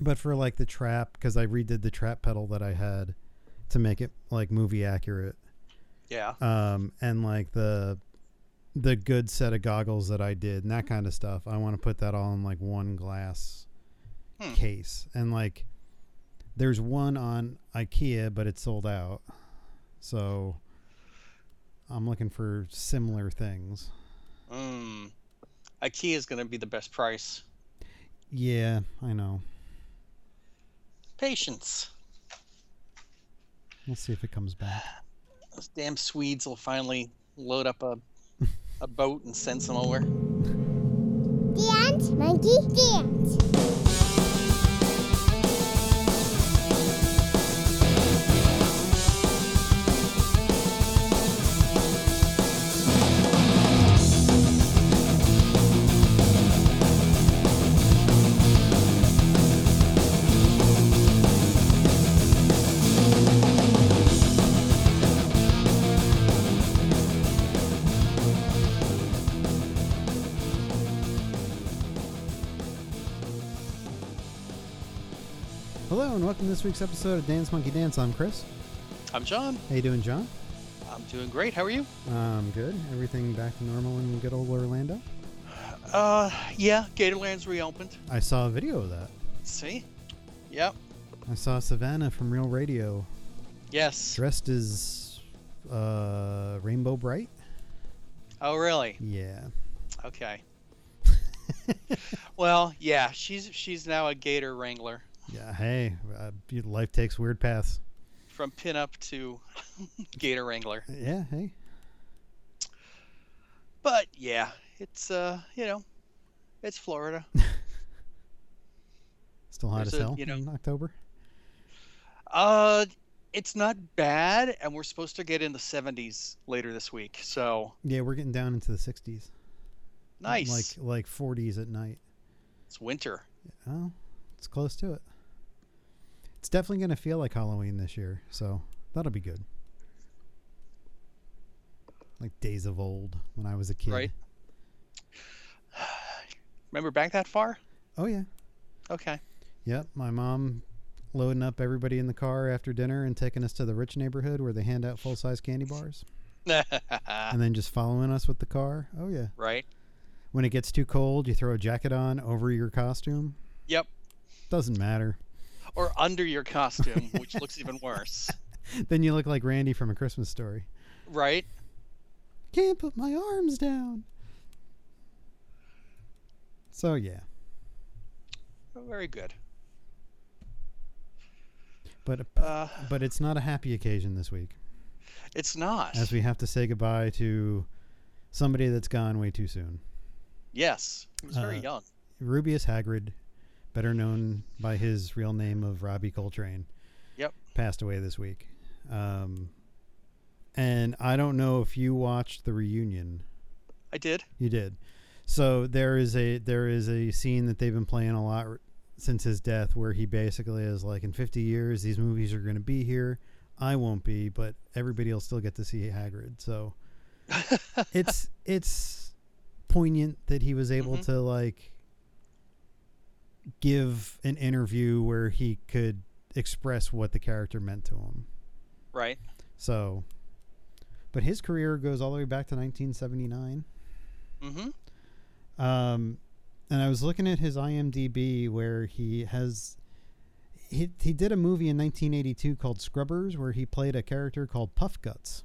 but for like the trap because I redid the trap pedal that I had to make it like movie accurate. Yeah. Um, and like the the good set of goggles that I did and that kind of stuff. I want to put that all in like one glass Hmm. case. And like there's one on IKEA, but it's sold out. So I'm looking for similar things. Mm. IKEA is going to be the best price. Yeah, I know. Patience. We'll see if it comes back. Those damn Swedes will finally load up a a boat and send some over. Dance, monkey, dance. Hello and welcome to this week's episode of Dance Monkey Dance. I'm Chris. I'm John. How you doing, John? I'm doing great. How are you? Um, good. Everything back to normal in good old Orlando. Uh, yeah. Gatorland's reopened. I saw a video of that. See? Yep. I saw Savannah from Real Radio Yes. dressed as uh, Rainbow Bright. Oh, really? Yeah. Okay. well, yeah. She's she's now a gator wrangler Yeah. Hey, uh, you- life takes weird paths. from pinup to gator wrangler. Yeah. Hey. But yeah, it's uh, you know, it's Florida. Still hot as There's a- hell you know- in October. Uh, it's not bad, and we're supposed to get in the 70s later this week. So Yeah, we're getting down into the 60s. nice. Like like 40s at night. it's winter. Oh, it's close to it. It's definitely gonna feel like Halloween this year, so that'll be good. Like days of old when I was a kid. Right. Remember back that far? Oh yeah. Okay. Yep, my mom loading up everybody in the car after dinner and taking us to the rich neighborhood where they hand out full size candy bars Ah. and then just following us with the car. Oh, yeah. right. When it gets too cold, you throw a jacket on over your costume. Yep. Doesn't matter. Or under your costume, which looks even worse. Then you look like Randy from A Christmas Story. Right. Can't put my arms down. So, yeah. Very good. But, Uh, but it's not a happy occasion this week it's not. as we have to say goodbye to somebody that's gone way too soon. yes. He was very Uh, young. Rubius Hagrid, better known by his real name of Robbie Coltrane, Yep. passed away this week. Um, and I don't know if you watched the reunion. I did. You did. So there is a there is a scene that they've been playing a lot r- since his death, where he basically is like, in 50 years, these movies are going to be here. I won't be, but everybody will still get to see Hagrid. So it's it's poignant that he was able Mhm. to like give an interview where he could express what the character meant to him. right. So but his career goes all the way back to 1979. Mm-hmm. Um and I was looking at his IMDb where he has he, he did a movie in 1982 called Scrubbers where he played a character called Puff Guts.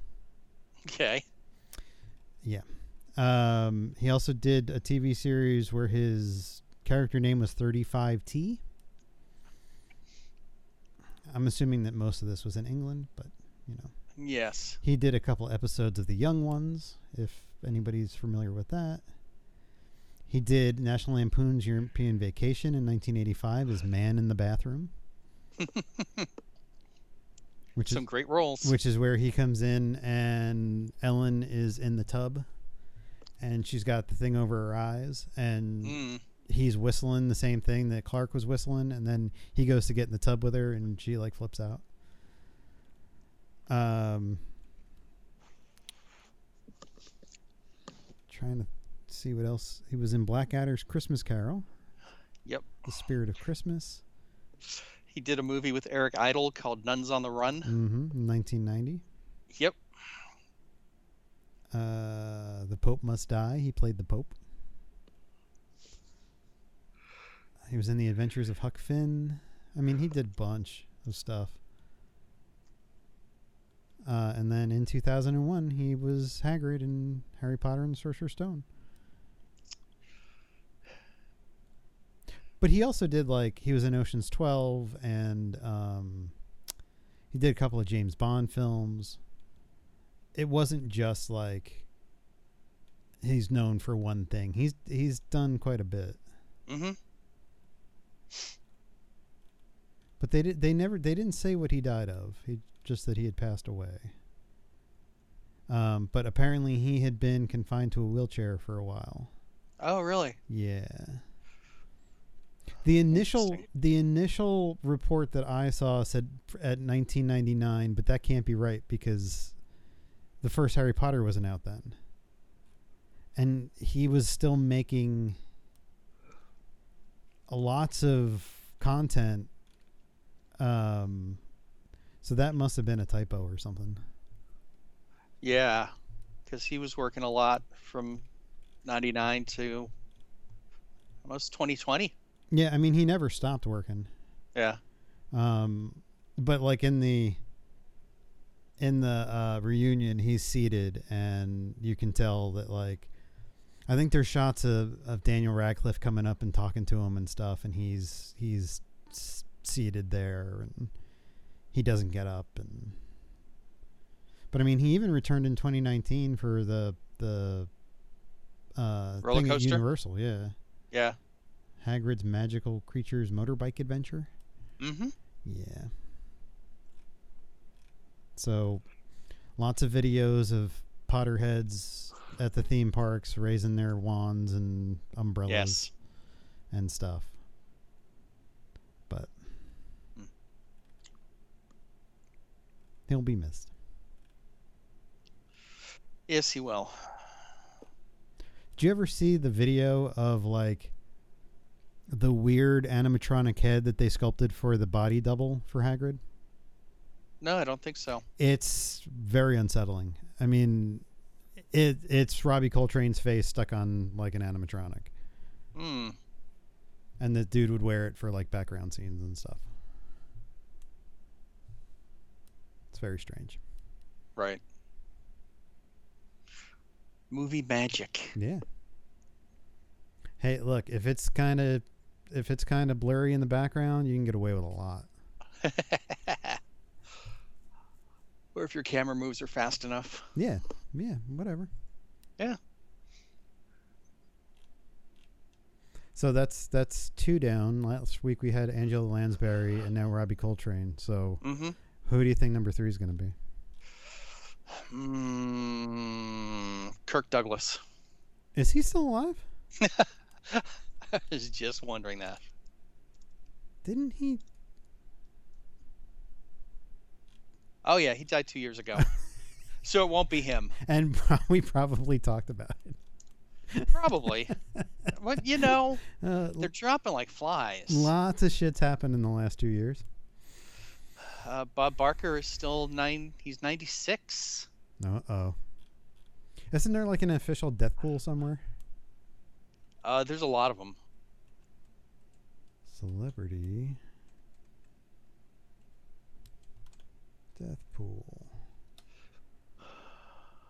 Okay. Um, he also did a TV series where his character name was 35T. I'm assuming that most of this was in England, but you know, Yes. he did a couple episodes of The Young Ones, if anybody's familiar with that. He did National Lampoon's European Vacation in 1985 as Man in the Bathroom, which is Some great roles. which is where he comes in and Ellen is in the tub and she's got the thing over her eyes and Mm. he's whistling the same thing that Clark was whistling and then he goes to get in the tub with her and she like flips out. Um trying to see what else he was in Blackadder's Christmas Carol. Yep. The Spirit of Christmas. He did a movie with Eric Idle called Nuns on the Run. Mm-hmm. 1990. Yep. Uh, the Pope Must Die. He played the Pope. He was in The Adventures of Huck Finn. I mean, he did a bunch of stuff. Uh, and then in 2001, he was Hagrid in Harry Potter and the Sorcerer's Stone. But he also did like he was in Ocean's Twelve, and um, he did a couple of James Bond films. It wasn't just like he's known for one thing. He's he's done quite a bit. Mm-hmm. But they did. They never. They didn't say what he died of. He just that he had passed away. Um, but apparently he had been confined to a wheelchair for a while. Oh, really? Yeah. The initial the initial report that I saw said f- at 1999, but that can't be right because the first Harry Potter wasn't out then. And he was still making lots of content um so that must have been a typo or something. Yeah, because he was working a lot from '99 to almost 2020. Yeah, I mean he never stopped working. Yeah. Um, but like in the in the uh, reunion, he's seated, and you can tell that like I think there's shots of, of Daniel Radcliffe coming up and talking to him and stuff, and he's he's s- seated there and he doesn't get up and but I mean he even returned in 2019 for the the uh Roller thing at coaster? Universal, yeah. Yeah. Hagrid's Magical Creatures Motorbike Adventure. Mm-hmm. Yeah. So lots of videos of Potterheads at the theme parks raising their wands and umbrellas Yes. and stuff. But Hmm. he'll be missed. Yes, he will. Did you ever see the video of like the weird animatronic head that they sculpted for the body double for Hagrid? No, I don't think so. It's very unsettling. I mean, it it's Robbie Coltrane's face stuck on like an animatronic, Hmm. and the dude would wear it for like background scenes and stuff. It's very strange. Right. Movie magic. Yeah. Hey, look, if it's kind of if it's kind of blurry in the background, you can get away with a lot. or if your camera moves are fast enough. Yeah. Yeah, whatever. Yeah. So that's that's two down. Last week we had Angela Lansbury and now Robbie Coltrane. So Mm-hmm. who do you think number 3 is going to be? Mm, Kirk Douglas. Is he still alive? I was just wondering that. Didn't he Oh yeah, he died two years ago. so it won't be him. and we probably talked about it. Probably. but you know, Uh, they're dropping like flies. lots of shit's happened in the last 2 years. Uh, Bob Barker is still nine. He's ninety six. No, oh. Isn't there like an official death pool somewhere? Uh, there's a lot of them. Celebrity death pool.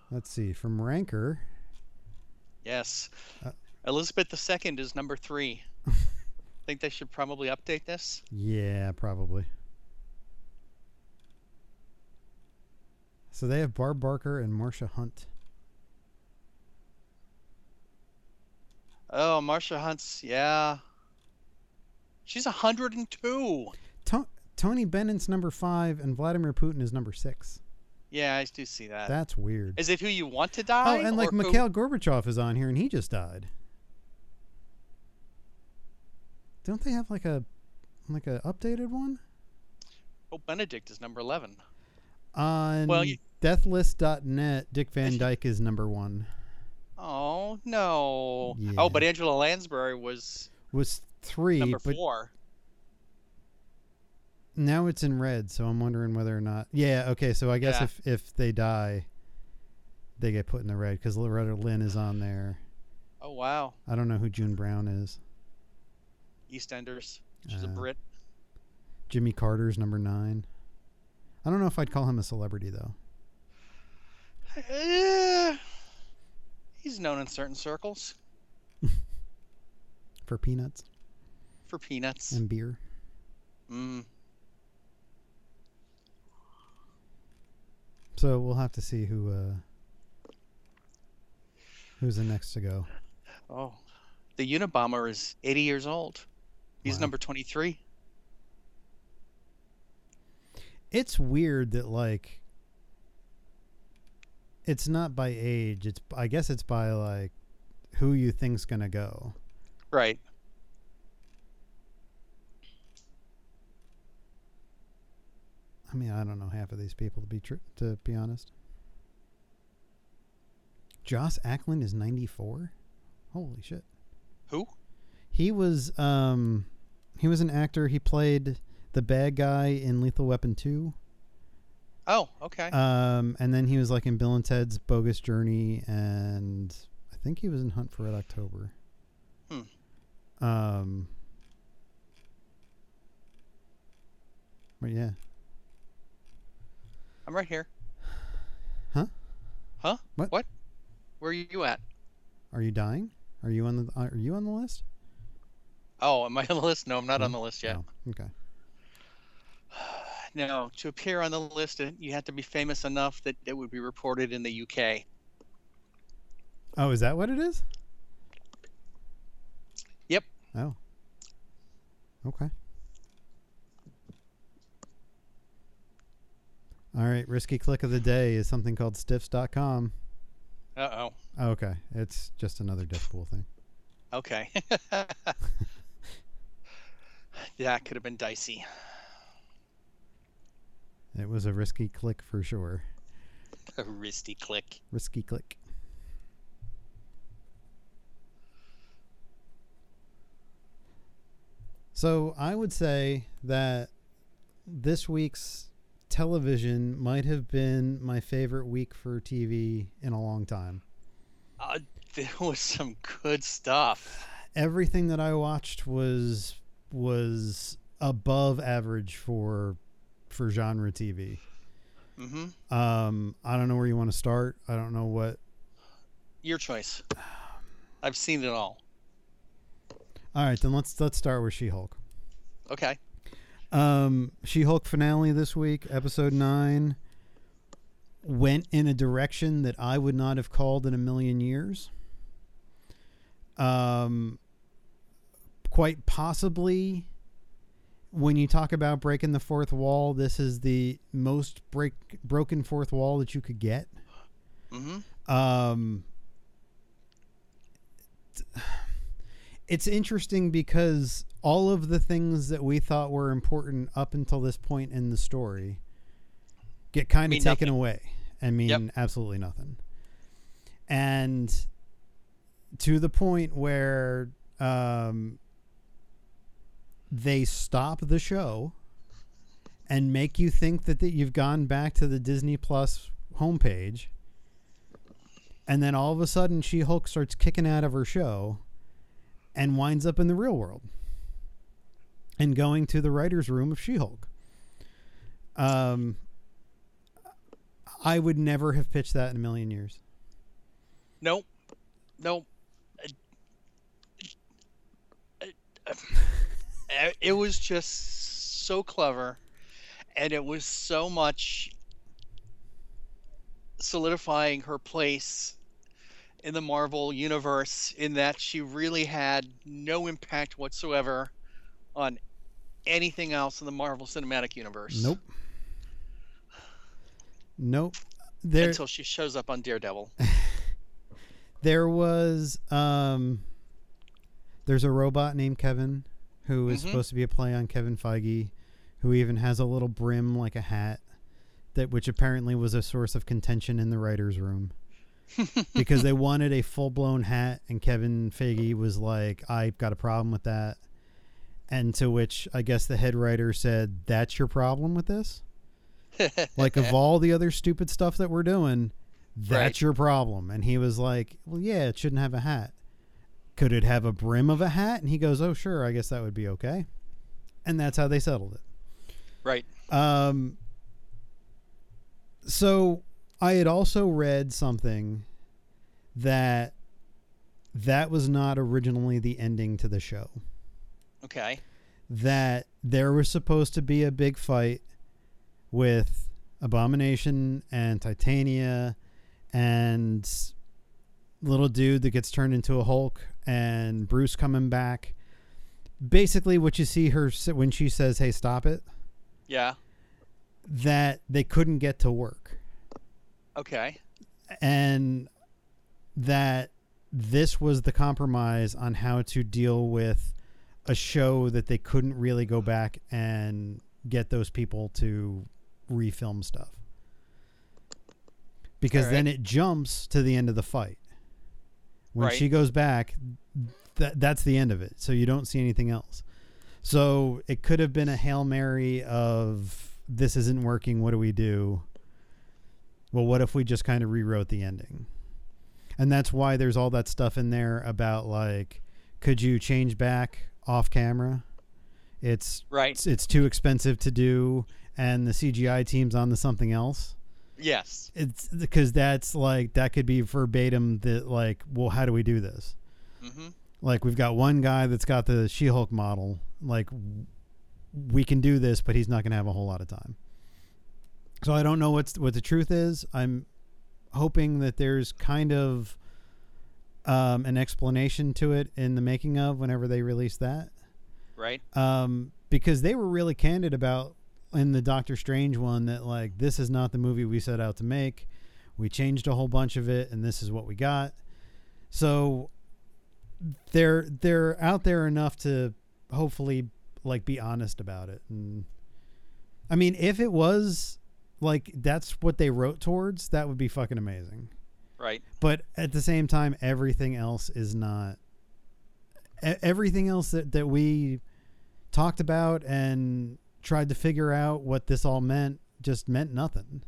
Let's see. From Ranker, Yes. Uh, Elizabeth II is number three. think they should probably update this. yeah, probably. So they have Barb Barker and Marcia Hunt. Oh, Marsha Hunt's. Yeah. She's 102. To- Tony Bennett's number five, and Vladimir Putin is number six. Yeah, I do see that. That's weird. Is it who you want to Oh, die? and like or who- Mikhail Gorbachev is on here, and he just died. Don't they have like a like a updated one? Oh, Benedict is number 11. On Well, you- deathlist.net, Dick Van should- Dyke is number one. Oh, no. Yeah. Oh, but Angela Lansbury was Was three, number but four. now it's in red, so I'm wondering whether or not. Yeah, okay. So I guess Yeah. if if they die, they get put in the red because Loretta Lynn is on there. Oh wow, I don't know who June Brown is. EastEnders. She's Uh, a Brit. Jimmy Carter's number nine. I don't know if I'd call him a celebrity though. Eh, he's known in certain circles For peanuts for peanuts. and beer. Mm. So we'll have to see who uh, who's the next to go. Oh, the Unabomber is 80 years old. He's Wow. number 23. It's weird that like it's not by age. It's I guess it's by like who you think's gonna go. Right. I mean, I don't know half of these people to be tr- to be honest. Joss Ackland is ninety four. Holy shit. Who? He was um he was an actor. He played the bad guy in Lethal Weapon 2. Oh, okay. Um and then he was like in Bill and Ted's Bogus Journey and I think he was in Hunt for Red October. Um But yeah. I'm right here. Huh? Huh? What? What? Where are you at? Are you dying? Are you on the are you on the list? Oh, am I on the list? No, I'm not on the list yet. No. Okay. No. to appear on the list, it- you have to be famous enough that it would be reported in the UK. Oh, is that what it is? Yep. Oh. Okay. All right, risky click of the day is something called stiffs.com. Uh oh. Oh, okay. It's just another Deadpool thing. Okay. that could have been dicey. It was a risky click for sure. A wristy click. Risky click. So I would say that this week's television might have been my favorite week for TV in a long time. Uh, there was some good stuff. Everything that I watched was was above average for for genre TV. hmm Um, I don't know where you want to start. I don't know what Your choice. I've seen it all. All right, then let's let's start with She-Hulk. Okay. Um, She Hulk finale this week, episode nine, went in a direction that I would not have called in a million years. Um, quite possibly, when you talk about breaking the fourth wall, this is the most break broken fourth wall that you could get. hmm Um, t- it's interesting because all of the things that we thought were important up until this point in the story get kind of Mean taken nothing. away and mean Yep. absolutely nothing. And to the point where um, they stop the show and make you think that, that you've gone back to the Disney Plus homepage. And then all of a sudden, She Hulk starts kicking out of her show and winds up in the real world and going to the writer's room of She Hulk. Um, I would never have pitched that in a million years. Nope. Nope. Uh, uh, uh, It was just so clever, and it was so much solidifying her place in the Marvel universe, in that she really had no impact whatsoever on anything else in the Marvel Cinematic Universe. Nope. Nope. There, Until she shows up on Daredevil. there was um, there's a robot named Kevin who is Mhm. supposed to be a play on Kevin Feige, who even has a little brim like a hat that which apparently was a source of contention in the writers' room. because they wanted a full blown hat, and Kevin Feige was like, "I've got a problem with that," And to which I guess the head writer said, "That's your problem with this." like of all the other stupid stuff that we're doing, that's Right. your problem. And he was like, "Well, yeah, it shouldn't have a hat. Could it have a brim of a hat?" And he goes, "Oh, sure. I guess that would be okay." And that's how they settled it. right. Um, so I had also read something that that was not originally the ending to the show. Okay. That there was supposed to be a big fight with Abomination and Titania and little dude that gets turned into a Hulk and Bruce coming back. Basically, what you see her s- when she says, "Hey, stop it." Yeah. that they couldn't get to work Okay. and that this was the compromise on how to deal with a show that they couldn't really go back and get those people to refilm stuff because All then it jumps to the end of the fight when Right. she goes back that that's the end of it so you don't see anything else so it could have been a hail mary of this isn't working what do we do well, what if we just kind of rewrote the ending? And that's why there's all that stuff in there about like, could you change back off camera? It's Right. it's, it's too expensive to do, and the CGI team's on to something else. Yes. It's because that's like that could be verbatim that like, well, how do we do this? Mm-hmm. Like we've got one guy that's got the She-Hulk model. Like w- we can do this, but he's not going to have a whole lot of time. So I don't know what's what the truth is. I'm hoping that there's kind of um, an explanation to it in the making of whenever they release that, Right. um, because they were really candid about in the Doctor Strange one that like this is not the movie we set out to make. We changed a whole bunch of it, and this is what we got. So they're they're out there enough to hopefully like be honest about it. And I mean, if it was like that's what they wrote towards, that would be fucking amazing. Right. But at the same time, everything else is not. e- Everything else that, that we talked about and tried to figure out what this all meant just meant nothing.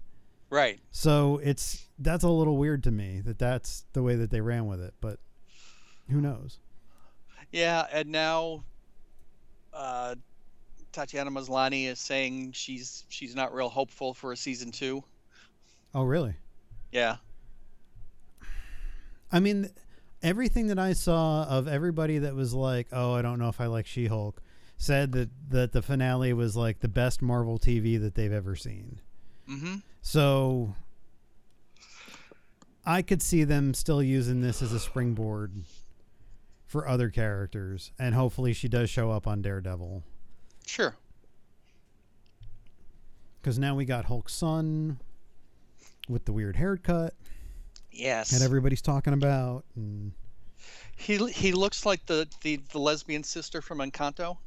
Right. So it's that's a little weird to me that that's the way that they ran with it, but who knows? Yeah. And now, uh, Tatiana Maslany is saying she's she's not real hopeful for a season two. Oh, really? Yeah. I mean, everything that I saw of everybody that was like, "Oh, I don't know if I like She-Hulk," said that that the finale was like the best Marvel TV that they've ever seen. Mm-hmm. So I could see them still using this as a springboard for other characters, and hopefully she does show up on Daredevil Sure. because now we got Hulk's son with the weird haircut Yes. that everybody's talking about. And He he looks like the, the, the lesbian sister from Encanto.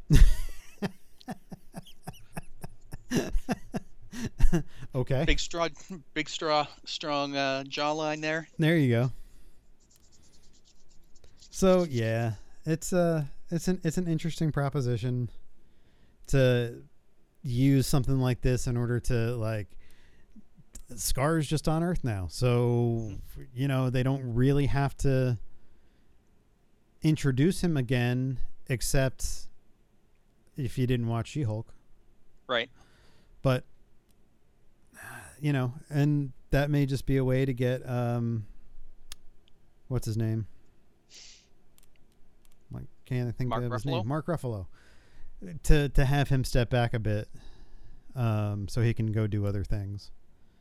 okay, Big straw, big straw, strong uh, jawline there. there you go. So yeah, it's a it's an it's an interesting proposition to use something like this in order to like scars just on earth now. So you know, they don't really have to introduce him again except if you didn't watch She-Hulk. Right. But uh, you know, and that may just be a way to get um what's his name? Like can't I think Mark of his Ruffalo? name? Mark Ruffalo. To to have him step back a bit um so he can go do other things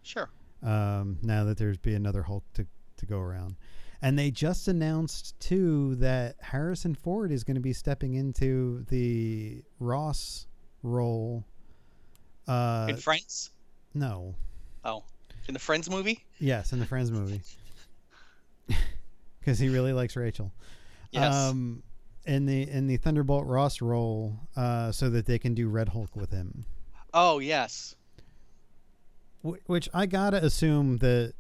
Sure. um, now that there's be another Hulk to, to go around. And they just announced too that Harrison Ford is going to be stepping into the Ross role. Uh, in Friends. no, Oh, in the Friends movie. yes, in the Friends movie, because he really likes Rachel. Yes. Um, in the in the Thunderbolt Ross role, uh, so that they can do Red Hulk with him. oh yes. Wh- which I gotta assume that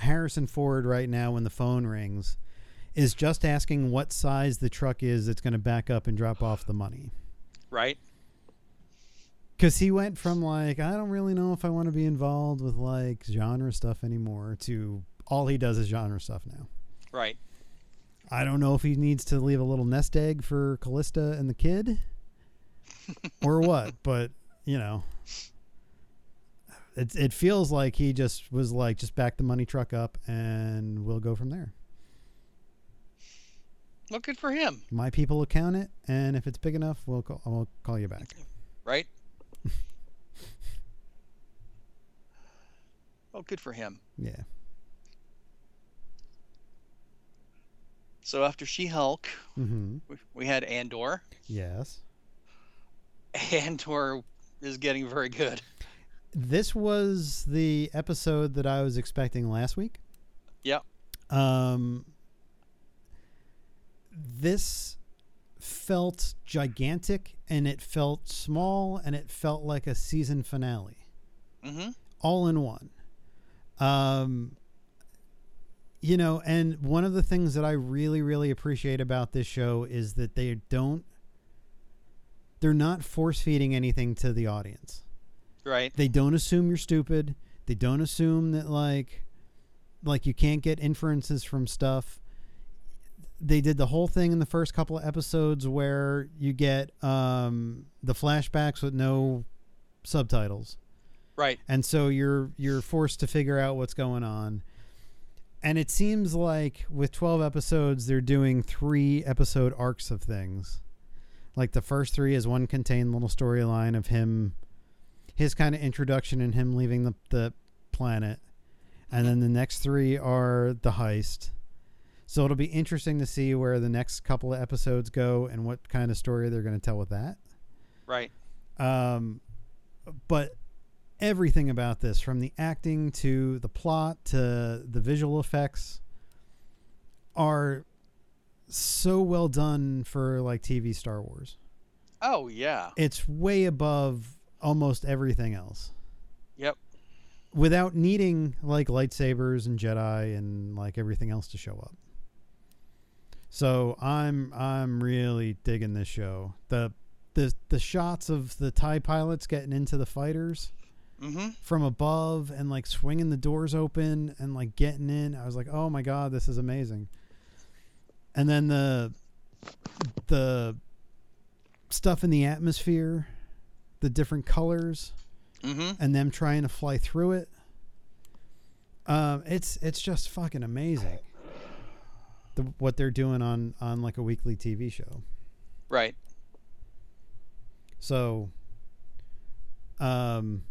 Harrison Ford right now, when the phone rings, is just asking what size the truck is that's going to back up and drop off the money. right? Because he went from like, I don't really know if I want to be involved with like genre stuff anymore to all he does is genre stuff now. Right. I don't know if he needs to leave a little nest egg for Callista and the kid or what, but you know, it, it feels like he just was like, just back the money truck up and we'll go from there. Well, good for him, My people will count it, and if it's big enough, we'll call, we'll call you back. right? oh, good for him. Yeah. So after She Hulk, Mm-hmm. we had Andor. Yes. Andor is getting very good. This was the episode that I was expecting last week. Yep. Um, this felt gigantic and it felt small and it felt like a season finale. Mm-hmm. all in one. Um, you know, and one of the things that I really, really appreciate about this show is that they don't, they're not force feeding anything to the audience. Right. They don't assume you're stupid. They don't assume that like, like you can't get inferences from stuff. They did the whole thing in the first couple of episodes where you get um, the flashbacks with no subtitles Right. and so you're you're forced to figure out what's going on and it seems like with 12 episodes they're doing three episode arcs of things like the first three is one contained little storyline of him his kind of introduction and him leaving the, the planet and then the next three are the heist so it'll be interesting to see where the next couple of episodes go and what kind of story they're going to tell with that Right. um, but everything about this, from the acting to the plot to the visual effects, are so well done for like TV Star Wars. Oh yeah. It's way above almost everything else Yep. without needing like lightsabers and Jedi and like everything else to show up. So I'm I'm really digging this show. The the the shots of the Tie pilots getting into the fighters Mm-hmm. from above and like swinging the doors open and like getting in. I was like, oh my god, this is amazing. And then the the stuff in the atmosphere, the different colors Mm-hmm. and them trying to fly through it. Um, it's it's just fucking amazing. The, what they're doing on on like a weekly TV show. Right. So, um,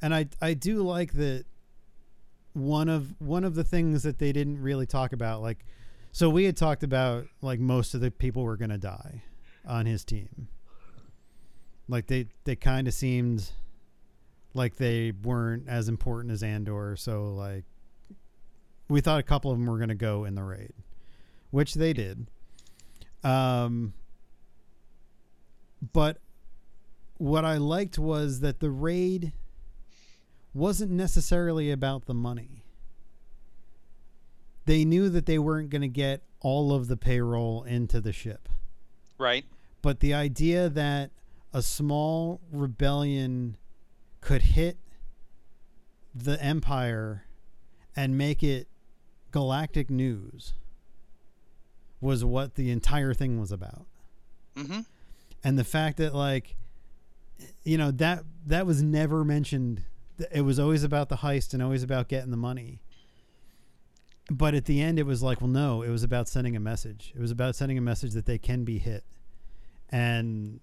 and I I do like that one of one of the things that they didn't really talk about like so we had talked about like most of the people were going to die on his team. Like they they kind of seemed like they weren't as important as Andor, so like we thought a couple of them were going to go in the raid, which they did. Um but what I liked was that the raid wasn't necessarily about the money. They knew that they weren't going to get all of the payroll into the ship. Right. But the idea that a small rebellion could hit the Empire and make it galactic news was what the entire thing was about Mm-hmm. and the fact that like you know that that was never mentioned Th- it was always about the heist and always about getting the money but at the end it was like well no it was about sending a message it was about sending a message that they can be hit and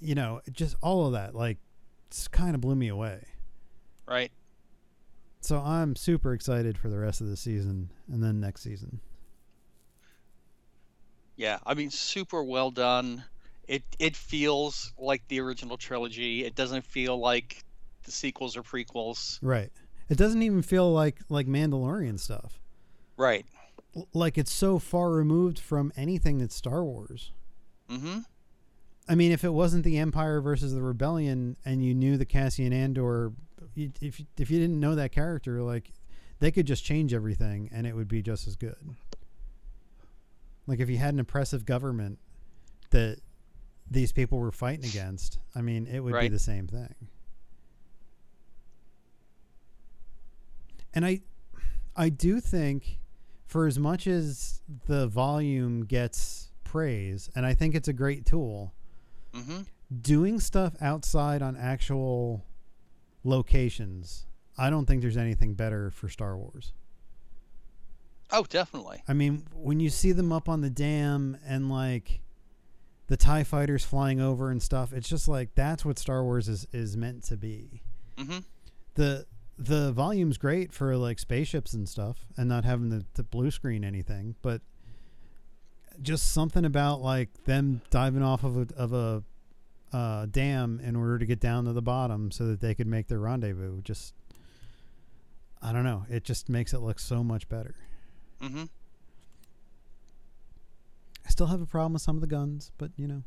you know just all of that like kind of blew me away Right. so i'm super excited for the rest of the season and then next season Yeah. I mean, super well done. It it feels like the original trilogy. It doesn't feel like the sequels or prequels. right it doesn't even feel like like mandalorian stuff Right. l- like it's so far removed from anything that's Star Wars. Mm-hmm. I mean, if it wasn't the Empire versus the Rebellion, and you knew the Cassian Andor, you- if you- if you didn't know that character, like they could just change everything, and it would be just as good. Like if you had an oppressive government that these people were fighting against, I mean, it would be Right. the same thing. And I I do think for as much as the volume gets praise, and I think it's a great tool, hmm doing stuff outside on actual locations, I don't think there's anything better for Star Wars. Oh, definitely. I mean, when you see them up on the dam and like the TIE fighters flying over and stuff, it's just like that's what Star Wars is, is meant to be. hmm The the volume's great for like spaceships and stuff and not having to, to blue screen anything, but just something about like them diving off of a of a uh, dam in order to get down to the bottom so that they could make their rendezvous. Just I don't know. It just makes it look so much better. hmm I still have a problem with some of the guns, but you know,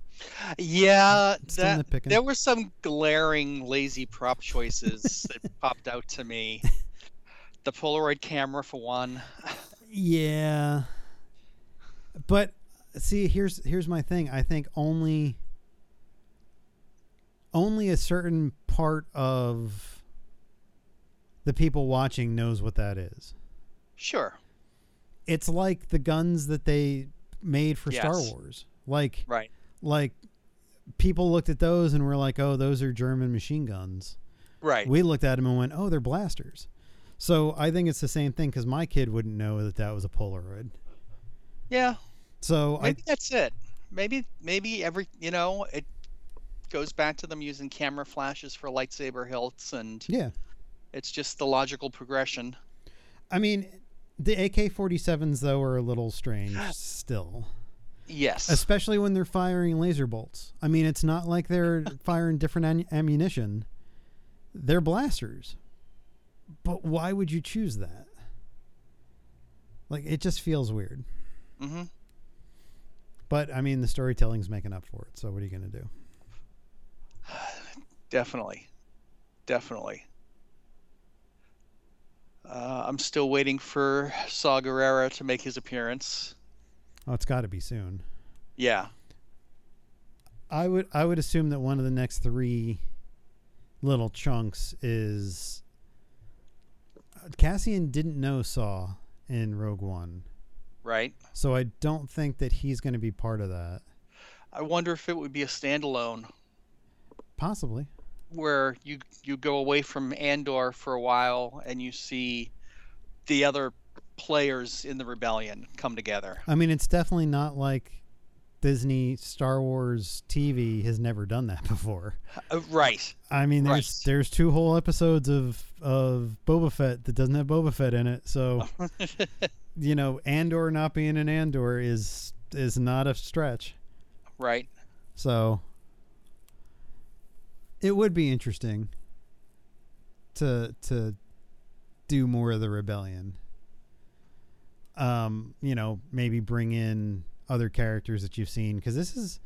Yeah, still that, nitpicking. there were some glaring lazy prop choices that popped out to me. The Polaroid camera, for one. yeah. But see, here's here's my thing. I think only only a certain part of the people watching knows what that is. Sure, It's like the guns that they made for Star Yes. Wars. Like right. like people looked at those and were like, "Oh, those are German machine guns." Right. we looked at them and went, "Oh, they're blasters." So I think it's the same thing because my kid wouldn't know that that was a Polaroid. yeah, So I maybe that's it. Maybe, maybe every, you know, it goes back to them using camera flashes for lightsaber hilts, and yeah, it's just the logical progression. I mean, the AK-47s though are a little strange still, Yes. especially when they're firing laser bolts. I mean, it's not like they're firing different am- ammunition; they're blasters. But why would you choose that? Like, it just feels weird. hmm But I mean, the storytelling's making up for it. So what are you gonna do? Definitely. Definitely. Uh, I'm still waiting for Saw Gerrera to make his appearance. Oh, it's got to be soon. Yeah. I would I would assume that one of the next three little chunks is uh, Cassian didn't know Saw in Rogue One, Right. so I don't think that he's going to be part of that. I wonder if it would be a standalone Possibly, where you you go away from Andor for a while and you see the other players in the rebellion come together. I mean, it's definitely not like Disney Star Wars TV has never done that before. Uh, right. I mean, there's Right. there's two whole episodes of of Boba Fett that doesn't have Boba Fett in it, so you know, Andor not being an Andor is is not a stretch. right. So it would be interesting to to do more of the rebellion. Um, you know, maybe bring in other characters that you've seen cuz this is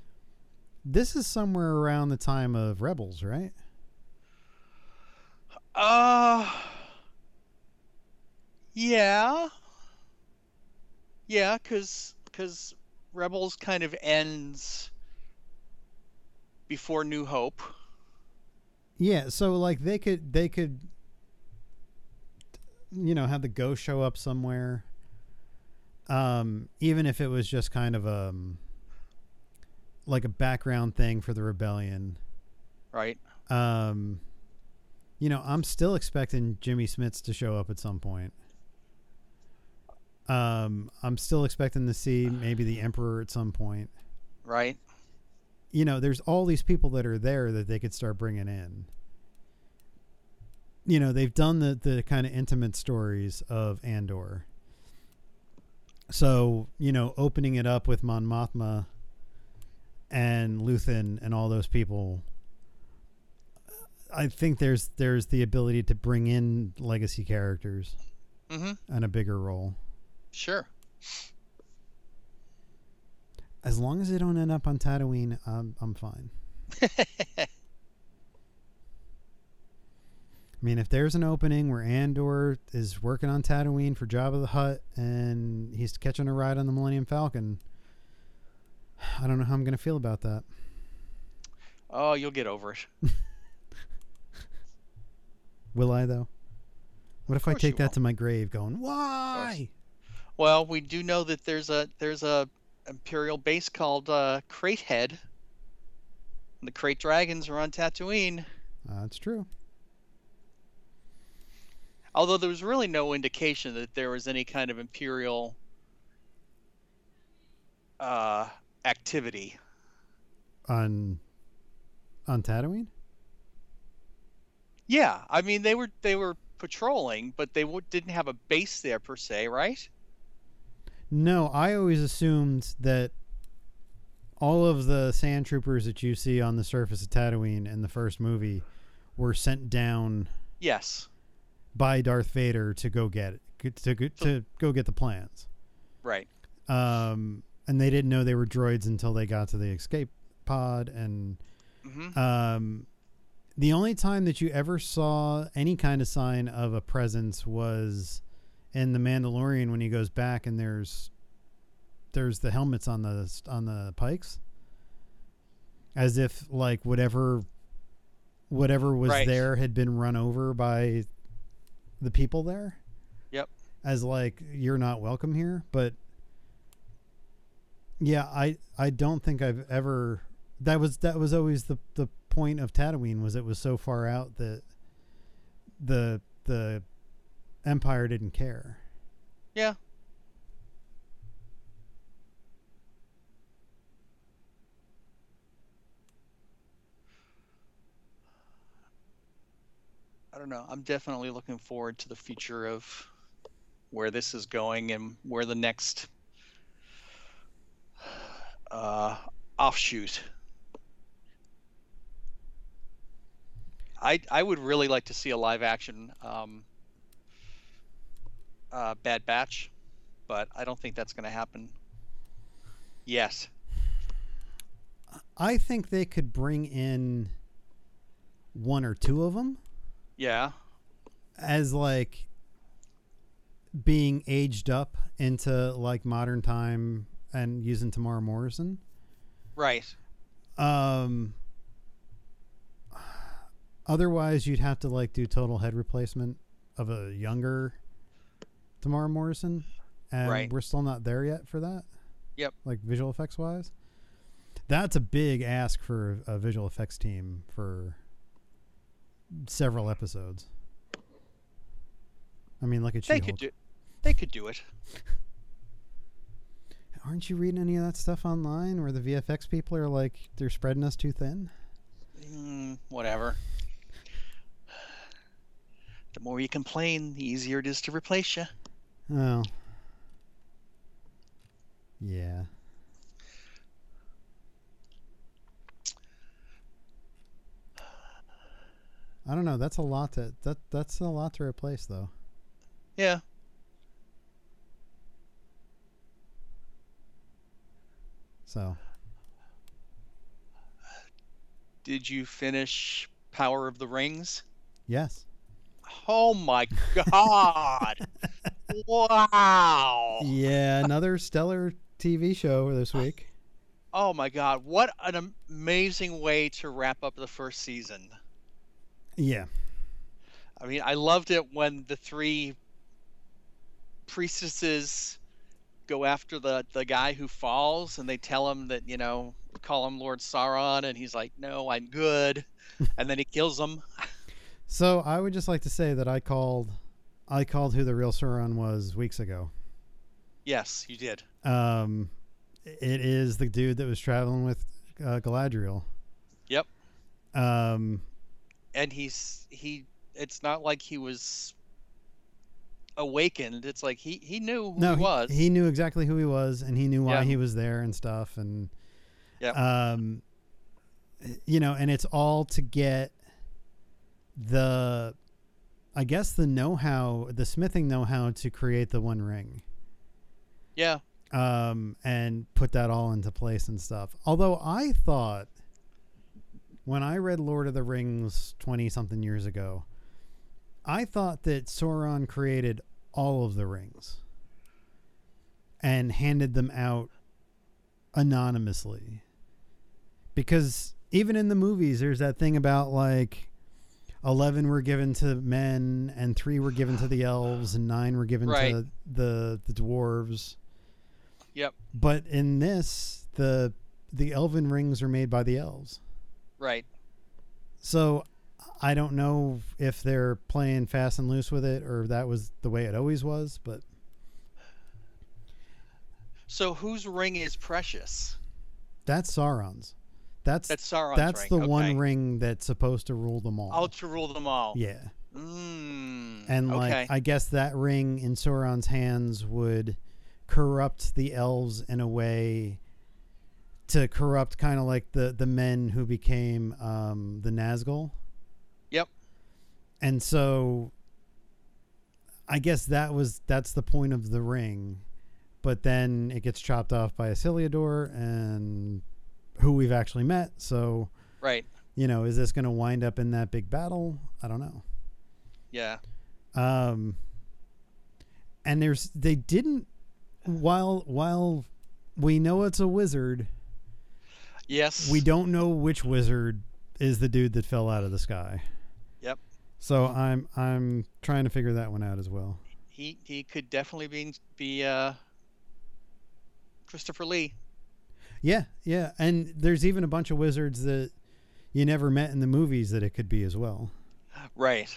this is somewhere around the time of Rebels, right? Uh Yeah. Yeah, cuz cuz Rebels kind of ends before New Hope. Yeah, so like they could they could you know, have the ghost show up somewhere. Um, even if it was just kind of um like a background thing for the rebellion. Right. Um you know, I'm still expecting Jimmy Smits to show up at some point. Um, I'm still expecting to see maybe the Emperor at some point. Right. You know, there's all these people that are there that they could start bringing in. You know, they've done the the kind of intimate stories of Andor. So you know, opening it up with Mon Mothma and Luthen and all those people. I think there's there's the ability to bring in legacy characters Mhm. on a bigger role, Sure. as long as they don't end up on Tatooine. I'm I'm fine. I mean, if there's an opening where Andor is working on Tatooine for Jabba the Hutt and he's catching a ride on the Millennium Falcon, I don't know how I'm gonna feel about that. Oh, you'll get over it. Will I though? What if I course take you that will. to my grave, going why? Well, we do know that there's a there's a imperial base called uh, Crate Head. And the Crate Dragons are on Tatooine. Uh, that's true. Although there was really no indication that there was any kind of imperial uh, activity. On on Tatooine. Yeah, I mean they were they were patrolling, but they w- didn't have a base there per se, right? No, I always assumed that all of the sand troopers that you see on the surface of Tatooine in the first movie were sent down Yes, by Darth Vader to go get it, to go- to go get the plans. right. Um, and they didn't know they were droids until they got to the escape pod. And hmm um, the only time that you ever saw any kind of sign of a presence was in the Mandalorian when he goes back and there's there's the helmets on the on the pikes, as if like whatever whatever was Right. there had been run over by the people there. Yep. As like you're not welcome here, but yeah, I I don't think I've ever that was that was always the the point of Tatooine was it was so far out that the the empire didn't care. Yeah. I don't know. I'm definitely looking forward to the future of where this is going and where the next uh, offshoot. I I would really like to see a live action um, uh, Bad Batch, but I don't think that's going to happen. Yes. I think they could bring in one or two of them Yeah. as like being aged up into like modern time and using Tamara Morrison. Right. Um otherwise you'd have to like do total head replacement of a younger Tamara Morrison and Right. we're still not there yet for that. Yep. Like visual effects wise. That's a big ask for a visual effects team for several episodes. I mean, look at They you. could do. They could do it. Aren't you reading any of that stuff online where the VFX people are like they're spreading us too thin? Mm, whatever. The more you complain, the easier it is to replace you. Oh. Yeah. I don't know. That's a lot to that. That's a lot to replace, though. Yeah. So Did you finish Power of the Rings? yes, Oh my God! wow! yeah, another stellar TV show this week. Oh my God! What an amazing way to wrap up the first season. Yeah, I mean, I loved it when the three priestesses go after the the guy who falls, and they tell him that you know, call him Lord Sauron, and he's like, "No, I'm good," and then he kills him. So I would just like to say that I called, I called who the real Sauron was weeks ago. Yes, you did. Um, it is the dude that was traveling with uh, Galadriel. Yep. Um, And he's he. It's not like he was awakened. It's like he he knew who no, he was. He knew exactly who he was, and he knew why Yeah. he was there and stuff, and Yep. um, you know, and it's all to get the, I guess the know-how, the smithing know-how to create the One Ring. yeah. um, and put that all into place and stuff. Although I thought when I read Lord of the Rings 20 something years ago, I thought that Sauron created all of the rings and handed them out anonymously. Because even in the movies, there's that thing about like 11 were given to men, and three were given to the elves, and nine were given Right. to the, the dwarves. Yep. But in this, the the elven rings are made by the elves. Right. So I don't know if they're playing fast and loose with it or that was the way it always was, but So whose ring is precious? that's Sauron's. That's that's, That's Sauron's ring. the okay. one ring that's supposed to rule them all. I'll to rule them all. yeah. Mm, And okay. like I guess that ring in Sauron's hands would corrupt the elves in a way to corrupt kind of like the the men who became um the Nazgul. Yep. And so I guess that was that's the point of the ring. But then it gets chopped off by Isildur and who we've actually met. So, right. you know, is this going to wind up in that big battle? I don't know. Yeah. Um, and there's they didn't while while we know it's a wizard, Yes. we don't know which wizard is the dude that fell out of the sky. Yep. So I'm I'm trying to figure that one out as well. He he could definitely be be uh Christopher Lee. Yeah, yeah, and there's even a bunch of wizards that you never met in the movies that it could be as well. Right.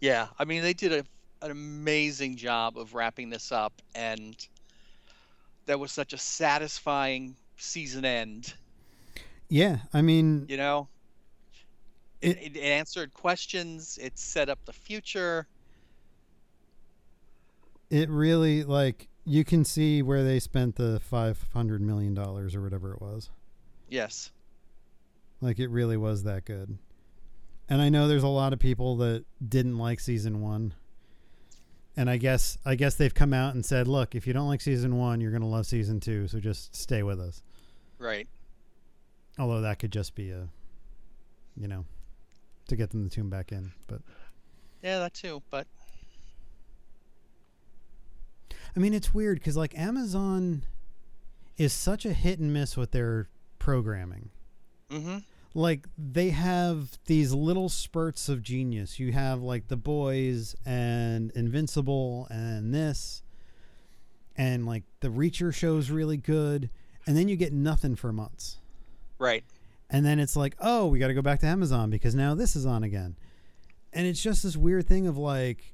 Yeah, I mean they did a, an amazing job of wrapping this up, and that was such a satisfying season end. Yeah, I mean, You know, it, It- it, answered questions. It set up the future. it really like you can see where they spent the five hundred million dollars or whatever it was. Yes. Like it really was that good. And I know there's a lot of people that didn't like season 1. And I guess I guess they've come out and said, "Look, if you don't like season 1, you're going to love season 2, so just stay with us." Right. Although that could just be a you know, to get them to tune back in, but Yeah, that too. But I mean, it's weird because like Amazon is such a hit and miss with their programming. hmm Like they have these little spurts of genius. You have like The Boys and Invincible and this, and like the Reacher show's really good, and then you get nothing for months. right. And then it's like, oh, we got to go back to Amazon because now this is on again. And it's just this weird thing of like,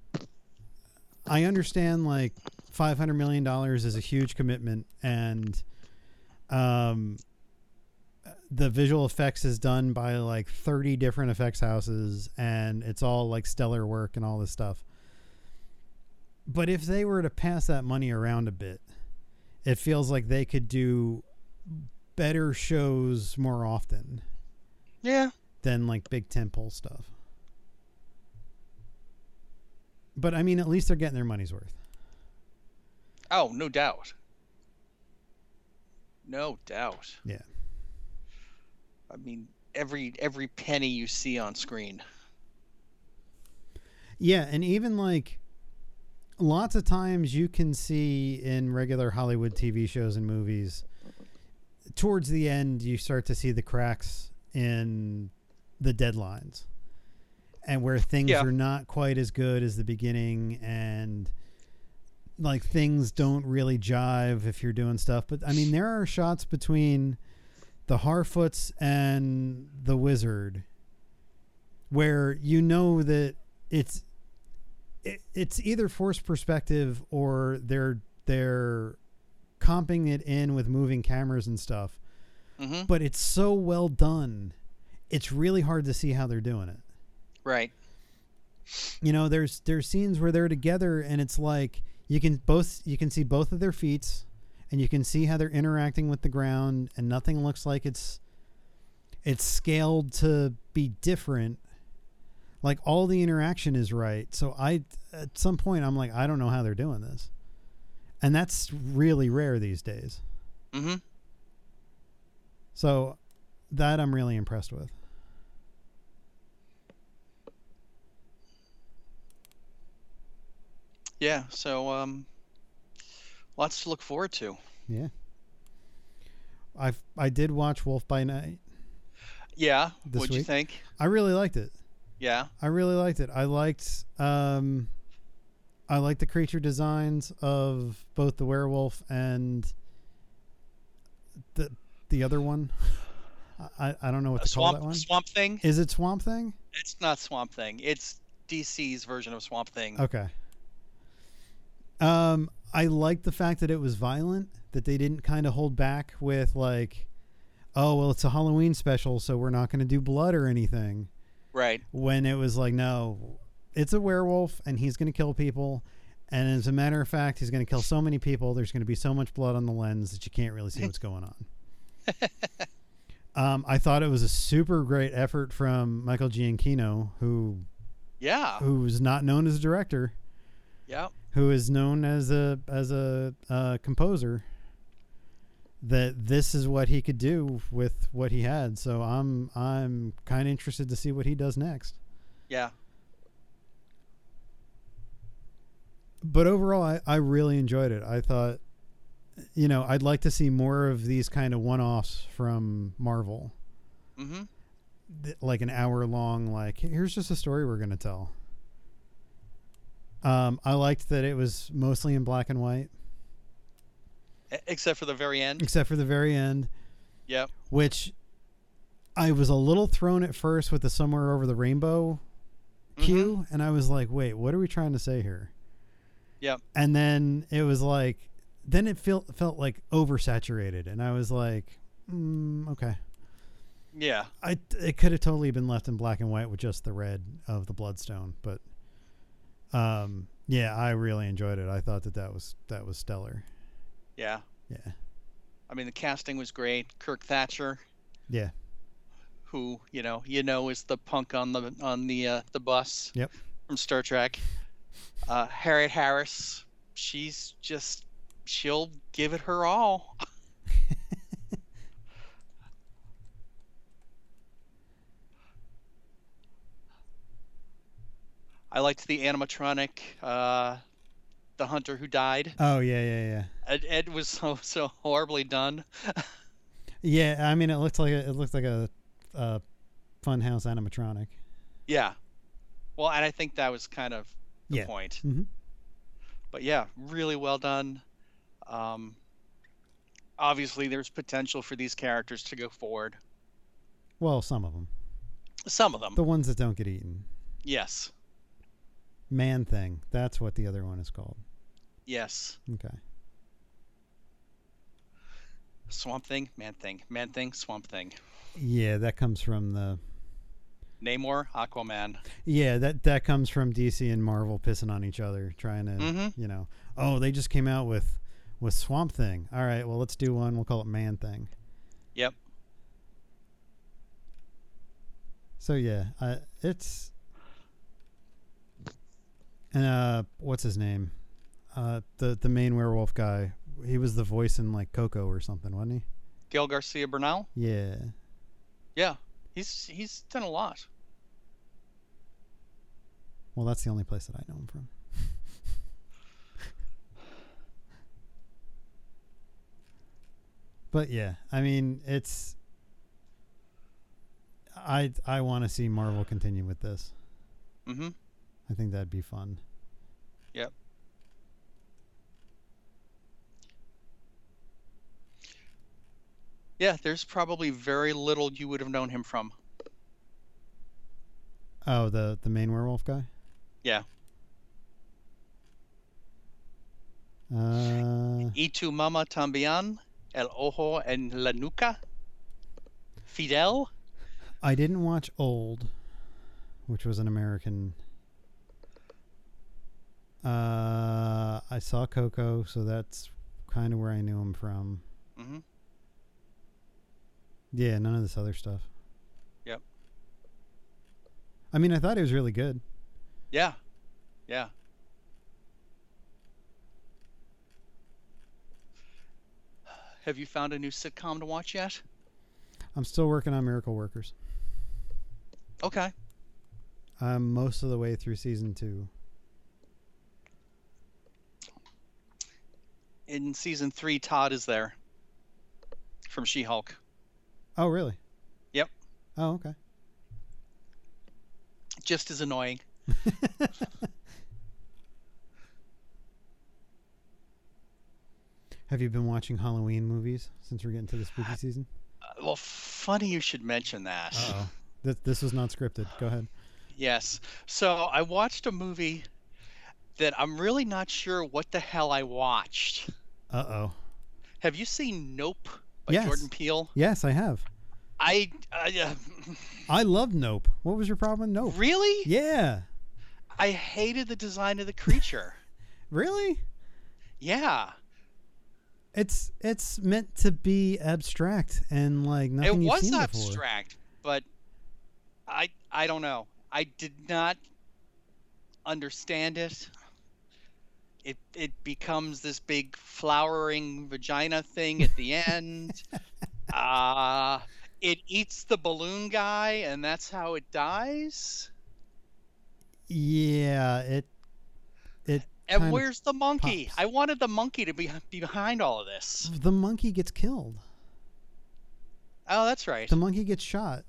I understand like $500 million is a huge commitment and um, the visual effects is done by like 30 different effects houses and it's all like stellar work and all this stuff. But if they were to pass that money around a bit, it feels like they could do better shows more often Yeah. than like big temple stuff. But I mean, at least they're getting their money's worth. Oh, no doubt. No doubt. Yeah. I mean, every every penny you see on screen. Yeah, and even like lots of times you can see in regular Hollywood TV shows and movies, towards the end, you start to see the cracks in the deadlines and where things Yeah. are not quite as good as the beginning and like things don't really jive if you're doing stuff. But I mean, there are shots between the Harfoots and the Wizard where you know that it's it, it's either forced perspective or they're they're comping it in with moving cameras and stuff hmm but it's so well done it's really hard to see how they're doing it Right. you know there's there's scenes where they're together and it's like you can both you can see both of their feet and you can see how they're interacting with the ground and nothing looks like it's it's scaled to be different like all the interaction is right so i at some point i'm like i don't know how they're doing this and that's really rare these days hmm so that i'm really impressed with Yeah. So um, Lots to look forward to. Yeah. I I did watch Wolf by Night. Yeah. This what'd you week? think? I really liked it. Yeah. I really liked it. I liked um I liked the creature designs of both the werewolf and the the other one. I, I don't know what A to call swamp that one. Swamp Thing. Is it Swamp Thing? It's not Swamp Thing. It's DC's version of Swamp Thing. Okay. Um, I liked the fact that it was violent, that they didn't kind of hold back with like, oh well, it's a Halloween special, so we're not going to do blood or anything. Right. When it was like, no, it's a werewolf and he's going to kill people, and as a matter of fact, he's going to kill so many people. There's going to be so much blood on the lens that you can't really see what's going on. um, I thought it was a super great effort from Michael Giacchino, who Yeah. who's not known as a director Yeah. who is known as a as a uh, composer that this is what he could do with what he had so i'm i'm kind of interested to see what he does next Yeah. but overall I, I really enjoyed it i thought you know i'd like to see more of these kind of one-offs from marvel Mm-hmm. th- like an hour long like here's just a story we're gonna tell um, i liked that it was mostly in black and white E, Except for the very end. except for the very end Yep. which I was a little thrown at first with the somewhere over the rainbow Mm-hmm. cue, and I was like, "Wait, what are we trying to say here?" Yep. And then it was like, then it felt felt like oversaturated, and I was like, mm, "Okay, Yeah. I it could have totally been left in black and white with just the red of the bloodstone, but um, yeah, I really enjoyed it. I thought that that was that was stellar. Yeah. Yeah, I mean, the casting was great. Kirk Thatcher, yeah, who you know, you know, is the punk on the on the uh, the bus. Yep. From Star Trek. Uh, Harriet Harris, she's just she'll give it her all. I liked the animatronic, uh, the hunter who died. oh yeah, yeah, yeah. Ed, Ed was so so horribly done. Yeah, I mean, it looked like a, it looked like a, a funhouse animatronic. Yeah. Well, and I think that was kind of the Yeah. point. Mhm. But yeah, really well done. Um, obviously, there's potential for these characters to go forward. Well, some of them, Some of them, the ones that don't get eaten. yes, Man thing. That's what the other one is called. yes. Okay. Swamp Thing, Man Thing, Man Thing, Swamp Thing. Yeah, that comes from the. Namor, Aquaman. Yeah, that that comes from DC and Marvel pissing on each other, trying to, Mhm. you know, oh, they just came out with with Swamp Thing. All right, well, let's do one. We'll call it Man Thing. Yep. So yeah, uh, it's and uh, what's his name? Uh, the the main werewolf guy. He was the voice in like Coco or something, wasn't Gail Garcia Bernal. he? Yeah. Yeah, he's he's done a lot. Well, that's the only place that I know him from. but yeah, I mean, it's I I want to see Marvel continue with this. Mm-hmm. I think that'd be fun. Yeah, there's probably very little you would have known him from. Oh, the the main werewolf guy. Yeah. Uh, Y tu mama también, el ojo en la nuca. Fidel? I didn't watch Old, which was an American. Uh, I saw Coco, so that's kind of where I knew him from. Mhm. Yeah, none of this other stuff. Yep. I mean, I thought it was really good. Yeah. Yeah. Have you found a new sitcom to watch yet? I'm still working on Miracle Workers. Okay. I'm most of the way through season two. in season three, Todd is there from She Hulk. Oh, really? Yep. Oh, okay. Just as annoying. Have you been watching Halloween movies since we're getting to the spooky season? Uh, well, funny you should mention that. Oh, this, this was not scripted. Go ahead. Yes. So I watched a movie that I'm really not sure what the hell I watched. Uh oh. Have you seen Nope by Yes. Jordan Peele? Yes, I have. I, I I love Nope. What was your problem with uh, Nope? really? Oh. Yeah. I hated the design of the creature. Really? yeah. It's it's meant to be abstract and like nothing it you've was seen before. abstract, but I I don't know. I did not understand it. It it becomes this big flowering vagina thing at the end. uh it eats the balloon guy and that's how it dies. Yeah, it it And Kind of where's the monkey? pops. Mm. I wanted the monkey to be be behind all of this. the monkey gets killed. Oh, that's right. The monkey gets shot.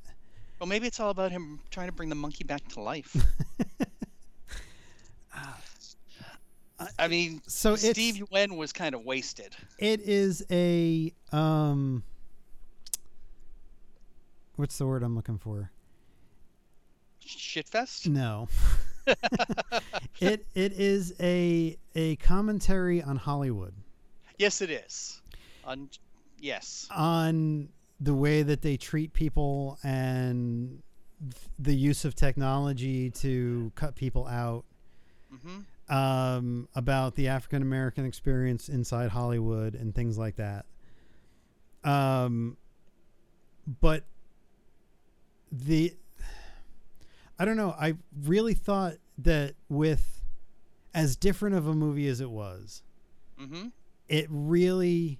Well, maybe it's all about him trying to bring the monkey back to life. Ah. I mean, So it's Steve Yuen was kind of wasted. it is a um what's the word I'm looking for? Shitfest? No. it it is a a commentary on Hollywood. Yes, it is. On, yes. on the way that they treat people and th- the use of technology to cut people out hmm um, about the African American experience inside Hollywood and things like that. Um, but the I don't know. I really thought that with as different of a movie as it was, hmm it really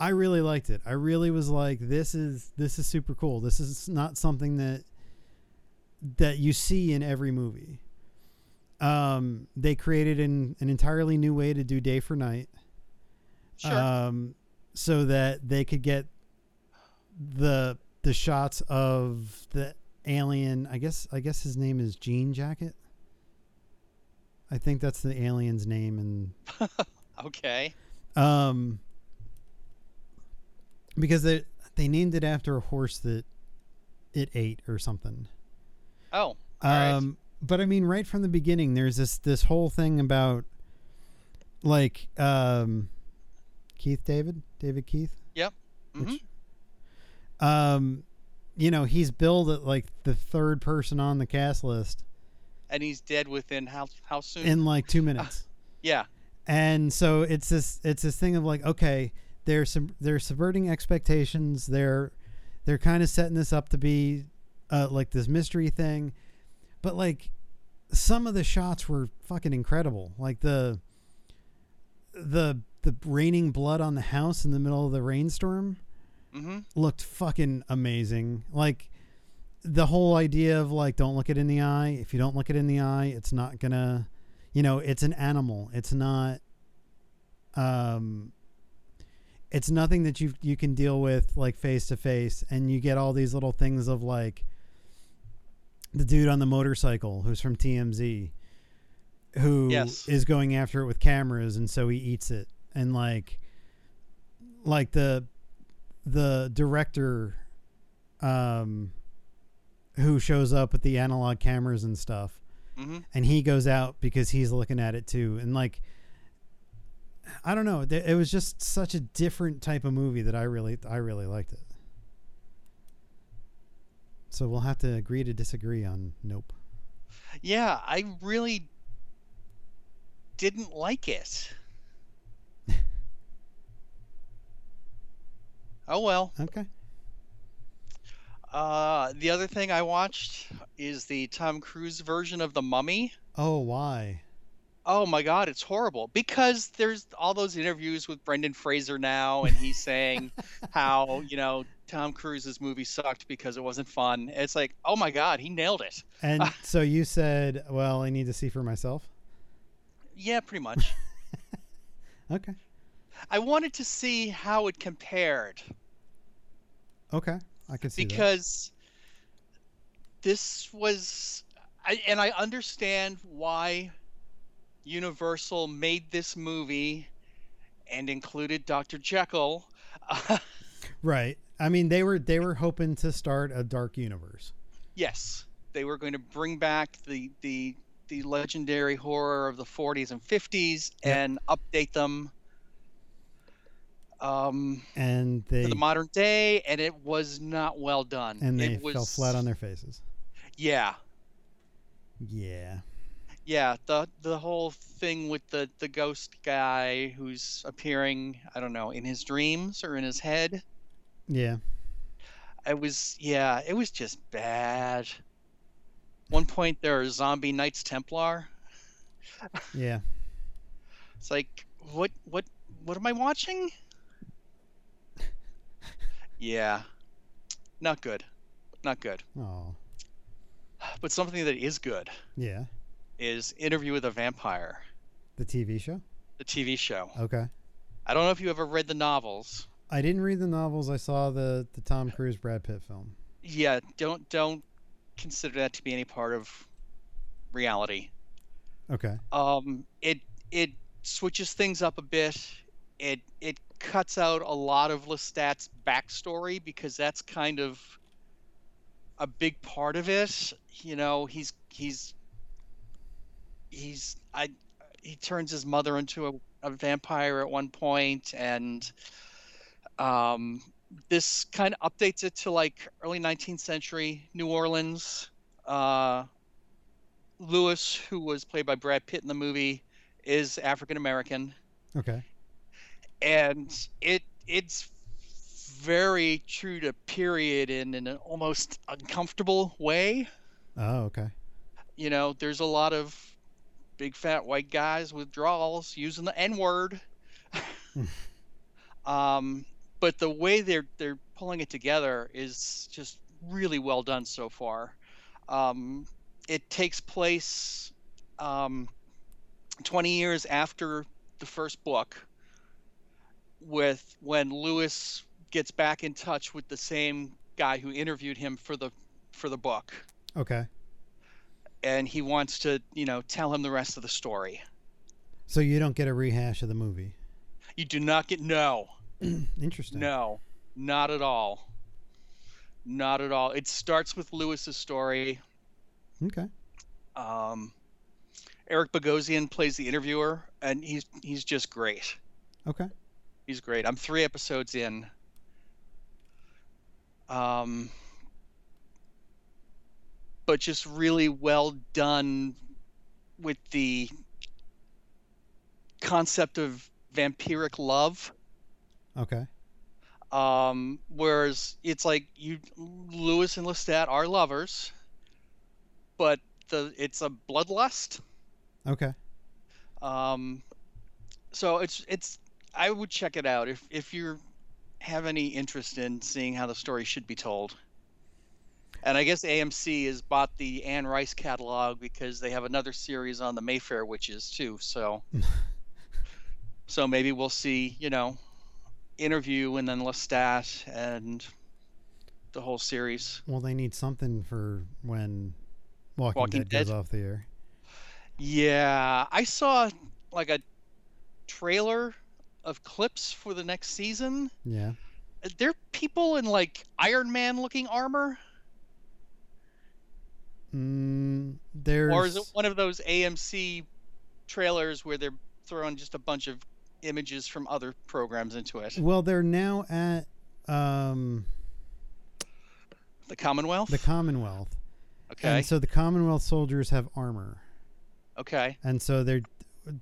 I really liked it. I really was like this is this is super cool. This is not something that that you see in every movie. Um they created an an entirely new way to do day for night Sure. um, so that they could get the the shots of the alien. I guess I guess his name is Jean Jacket. I think that's the alien's name and okay. um, because they they named it after a horse that it ate or something. Oh, Um, right. but I mean, right from the beginning, there's this this whole thing about like um, Keith David, David Keith. Yep. Mm-hmm. Which- um, you know, he's billed at like the third person on the cast list and he's dead within how how soon? in like two minutes. yeah. and so it's this it's this thing of like okay they're sub- they're subverting expectations they're they're kind of setting this up to be uh, like this mystery thing but like some of the shots were fucking incredible like the the the raining blood on the house in the middle of the rainstorm hmm looked fucking amazing like the whole idea of like don't look it in the eye if you don't look it in the eye it's not gonna you know it's an animal it's not um it's nothing that you you can deal with like face to face and you get all these little things of like the dude on the motorcycle who's from TMZ who is Yes. going after it with cameras and so he eats it and like like the the director um who shows up with the analog cameras and stuff hmm and he goes out because he's looking at it too and like i don't know th- it was just such a different type of movie that i really i really liked it so we'll have to agree to disagree on nope Yeah, I really didn't like it. oh well. okay Uh, the other thing I watched is the Tom Cruise version of The Mummy. oh why Oh my God, it's horrible because there's all those interviews with Brendan Fraser now, and he's saying how you know Tom Cruise's movie sucked because it wasn't fun. It's like, oh my God, he nailed it. and so you said well i need to see for myself Yeah, pretty much. okay I wanted to see how it compared Okay, I can see that. because this was I, and I understand why Universal made this movie and included Dr. Jekyll. Right. I mean, they were they were hoping to start a dark universe. yes, they were going to bring back the the the legendary horror of the 40s and 50s Yep. and update them um, and they to the modern day, and it was not well done. and they it was, fell flat on their faces. Yeah, Yeah. yeah. The the whole thing with the the ghost guy who's appearing, I don't know, in his dreams or in his head. Yeah. It was yeah, it was just bad. One point there are zombie knights Templar. Yeah. It's like what what what am I watching? yeah, not good, not good. Oh. But something that is good. Yeah. is Interview with a Vampire, The TV show? the TV show. Okay. I don't know if you ever read the novels. I didn't read the novels. I saw the the Tom Cruise Brad Pitt film. Yeah, don't don't consider that to be any part of reality. Okay. Um, it it switches things up a bit. It it cuts out a lot of Lestat's backstory because that's kind of a big part of it. You know, he's he's he's I he turns his mother into a, a vampire at one point, and um, this kind of updates it to like early 19th century New Orleans. Uh, Lewis, who was played by Brad Pitt in the movie, is African American, Okay. and it it's very true to period in, in an almost uncomfortable way. Oh, okay. You know, there's a lot of big fat white guys with drawls using the N word. um, but the way they're they're pulling it together is just really well done so far. Um, it takes place um, 20 years after the first book, with when Lewis gets back in touch with the same guy who interviewed him for the for the book Okay. and he wants to, you know, tell him the rest of the story. So you don't get a rehash of the movie. You do not get no, Interesting. no, not at all, not at all. It starts with Lewis's story. Okay. Um, Eric Bogosian plays the interviewer, and he's he's just great. Okay. He's great. I'm three episodes in. Um, but just really well done with the concept of vampiric love. Okay. Um, whereas it's like you, Lewis and Lestat are lovers, but the it's a bloodlust. Okay. Um, so it's it's I would check it out if if you have any interest in seeing how the story should be told. And I guess AMC has bought the Anne Rice catalog because they have another series on the Mayfair witches too. So, so maybe we'll see, you know, interview and then Lestat and the whole series. Well, they need something for when Walking, Walking Dead, goes Dead? off the air. Yeah, I saw like a trailer of clips for the next season. Yeah. there people in like Iron Man looking armor, Mm, there's or is it one of those AMC trailers where they're throwing just a bunch of images from other programs into it? Well, they're now at um, The Commonwealth. the Commonwealth, okay. and so the Commonwealth soldiers have armor, Okay. and so they're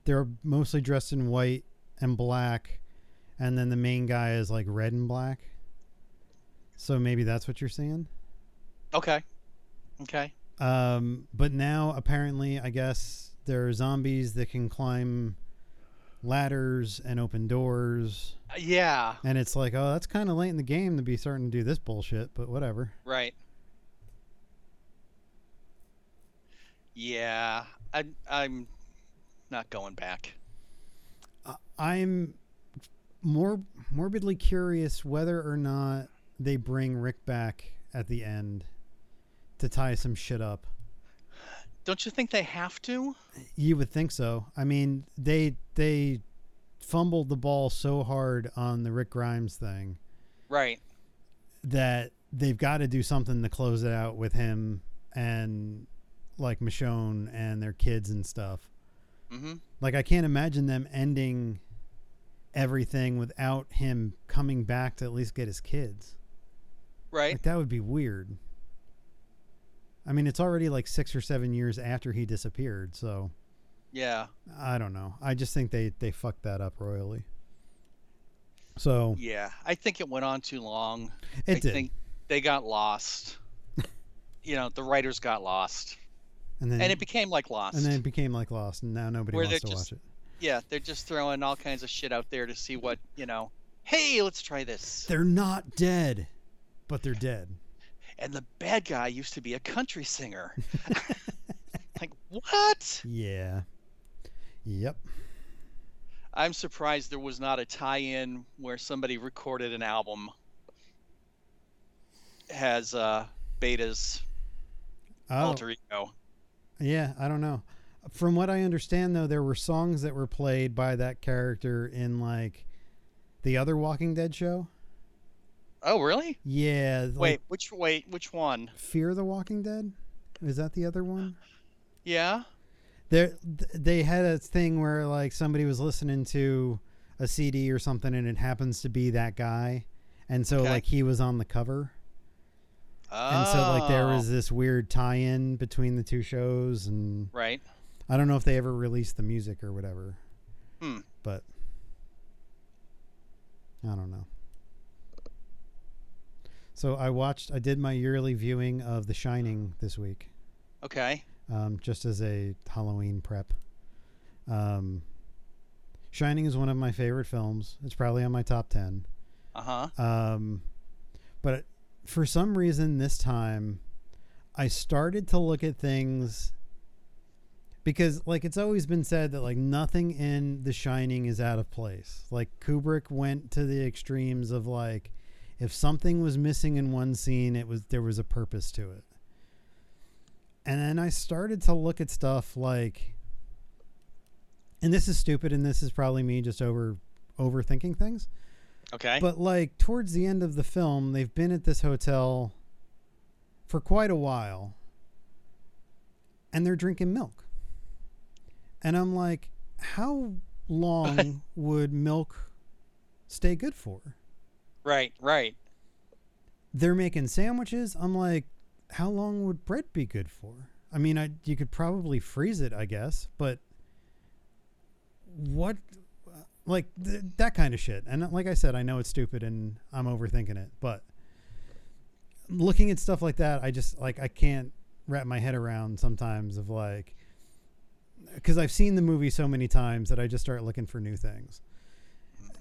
they're mostly dressed in white and black, and then the main guy is like red and black. So maybe that's what you're seeing. Okay. Okay. Um, but now apparently, I guess there are zombies that can climb ladders and open doors, Uh, Yeah. and it's like, oh, that's kind of late in the game to be starting to do this bullshit, but whatever. Right. Yeah. I'm. I'm not going back. I'm more morbidly curious whether or not they bring Rick back at the end to tie some shit up. Don't you think they have to? You would think so. I mean, they they fumbled the ball so hard on the Rick Grimes thing Right. that they've got to do something to close it out with him and like Michonne and their kids and stuff. hmm Like I can't imagine them ending everything without him coming back to at least get his kids. Right. Like that would be weird. I mean, it's already like six or seven years after he disappeared, so Yeah. I don't know. I just think they they fucked that up royally. So Yeah. I think it went on too long. it I did, think they got lost. you know, the writers got lost. and then And it became like Lost. and then it became like Lost, and now nobody Where wants to they're just- watch it. Yeah, they're just throwing all kinds of shit out there to see what, you know, hey, let's try this. They're not dead, but they're dead. And the bad guy used to be a country singer. like, what? Yeah. Yep. I'm surprised there was not a tie in where somebody recorded an album has uh, Beta's Oh, alter ego. Yeah, I don't know. From what I understand, though, there were songs that were played by that character in like the other Walking Dead show. Oh, really? Yeah, like wait, which wait, which one? Fear the Walking Dead. Is that the other one? Yeah. There, th- they had a thing where like somebody was listening to a CD or something, and it happens to be that guy, and so Okay. like he was on the cover, Oh. and so like there was this weird tie-in between the two shows, and right. I don't know if they ever released the music or whatever. Hmm. But I don't know. So I watched I did my yearly viewing of The Shining this week. Okay. Um, just as a Halloween prep. Um Shining is one of my favorite films. It's probably on my top 10. Uh huh. Um, but for some reason, this time, I started to look at things because, like, it's always been said that like nothing in The Shining is out of place. Like Kubrick went to the extremes of like, if something was missing in one scene, it was there was a purpose to it. And then I started to look at stuff like, and this is stupid, and this is probably me just over overthinking things. Okay. But like towards the end of the film, they've been at this hotel for quite a while and they're drinking milk. And I'm like, how long would milk stay good for? right. Right. They're making sandwiches. I'm like, how long would bread be good for? I mean, I you could probably freeze it, I guess, but what like th- that kind of shit. And like I said, I know it's stupid and I'm overthinking it, but looking at stuff like that, I just like I can't wrap my head around sometimes of like because I've seen the movie so many times that I just start looking for new things.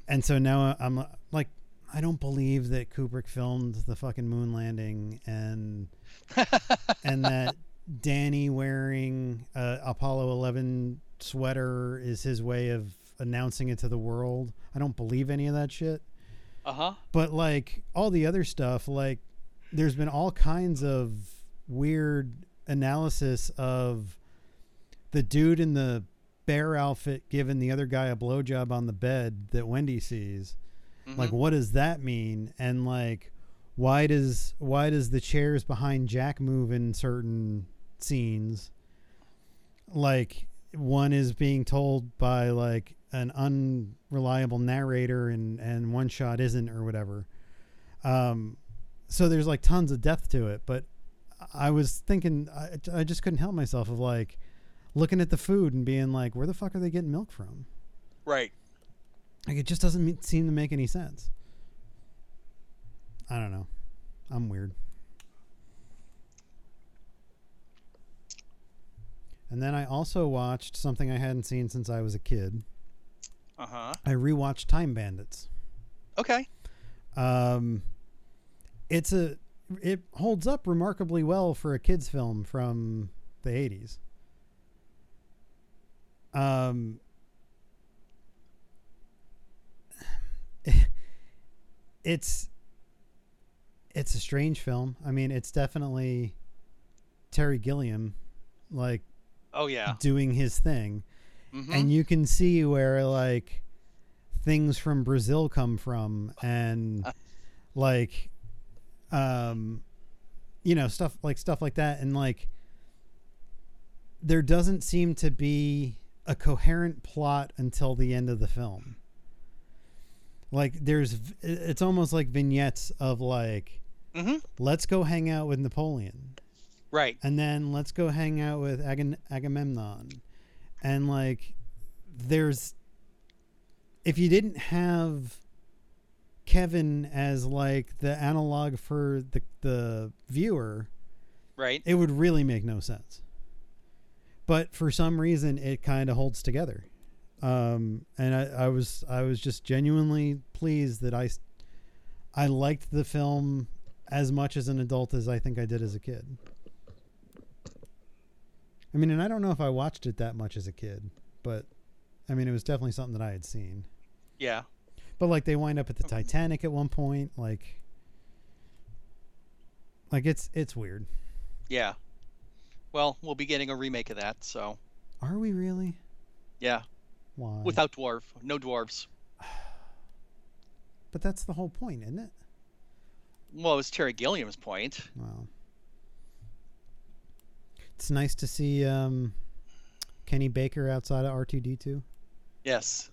And so now I'm uh, like I don't believe that Kubrick filmed the fucking moon landing and and that Danny wearing a Apollo 11 sweater is his way of announcing it to the world. I don't believe any of that shit. Uh huh. But like all the other stuff, like there's been all kinds of weird analysis of the dude in the bear outfit giving the other guy a blowjob on the bed that Wendy sees like what does that mean and like why does why does the chairs behind jack move in certain scenes like one is being told by like an unreliable narrator and and one shot isn't or whatever um so there's like tons of depth to it but i was thinking i, I just couldn't help myself of like looking at the food and being like where the fuck are they getting milk from Right. like it just doesn't me- seem to make any sense. I don't know. I'm weird. And then I also watched something I hadn't seen since I was a kid. Uh huh. I rewatched Time Bandits. Okay. Um, it's a it holds up remarkably well for a kids film from the 80s. Um, it's it's a strange film. I mean, it's definitely Terry Gilliam like Oh yeah. doing his thing. hmm and you can see where like things from Brazil come from and like um you know stuff like stuff like that and like there doesn't seem to be a coherent plot until the end of the film like there's v- it's almost like vignettes of like hmm let's go hang out with Napoleon Right. and then let's go hang out with Agam- Agamemnon. And like, there's if you didn't have Kevin as like the analog for the the viewer, Right. it would really make no sense. But for some reason, it kind of holds together. Um, and I, I was I was just genuinely pleased that I s- I liked the film as much as an adult as I think I did as a kid. I mean, and I don't know if I watched it that much as a kid, but I mean, it was definitely something that I had seen. Yeah. But like they wind up at the Titanic at one point, like like it's it's weird. Yeah. Well, we'll be getting a remake of that. So Are we really? yeah, Why? without dwarf, no dwarves. but that's the whole point, isn't it? Well, it was Terry Gilliam's point. Wow. It's nice to see um, Kenny Baker outside of R2D2. Yes.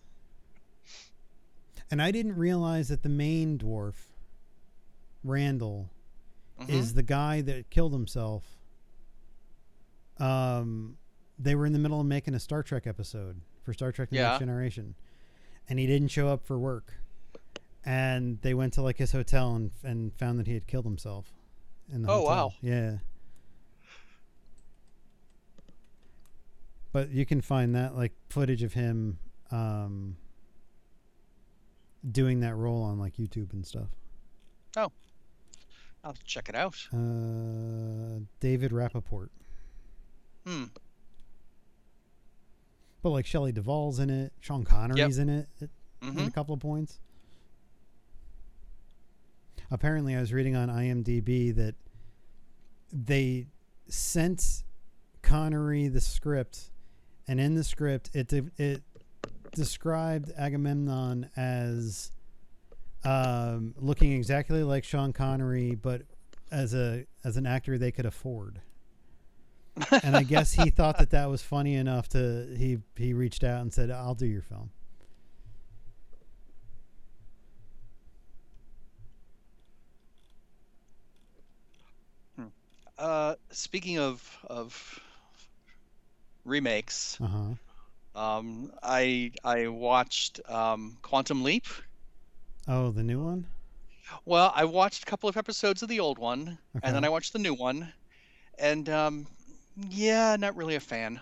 And I didn't realize that the main dwarf, Randall, Mhm. is the guy that killed himself. Um, they were in the middle of making a Star Trek episode for Star Trek: The Yeah. Next Generation, and he didn't show up for work. And they went to like his hotel and and found that he had killed himself. In the Oh, hotel. wow. Yeah. But you can find that like footage of him um, doing that role on like YouTube and stuff. I'll have to check it out. Uh, David Rappaport. Hmm. But like Shelley Duvall's in it, Sean Connery's in it at- hmm in a couple of points. Apparently, I was reading on IMDb that they sent Connery the script, and in the script, it de- it described Agamemnon as um, looking exactly like Sean Connery, but as a as an actor they could afford. and I guess he thought that that was funny enough to he he reached out and said, "I'll do your film." Uh, speaking of of remakes, Uh huh. um, I I watched um, Quantum Leap. Oh, the new one. Well, I watched a couple of episodes of the old one, and then Okay. I watched the new one, and um, yeah, not really a fan.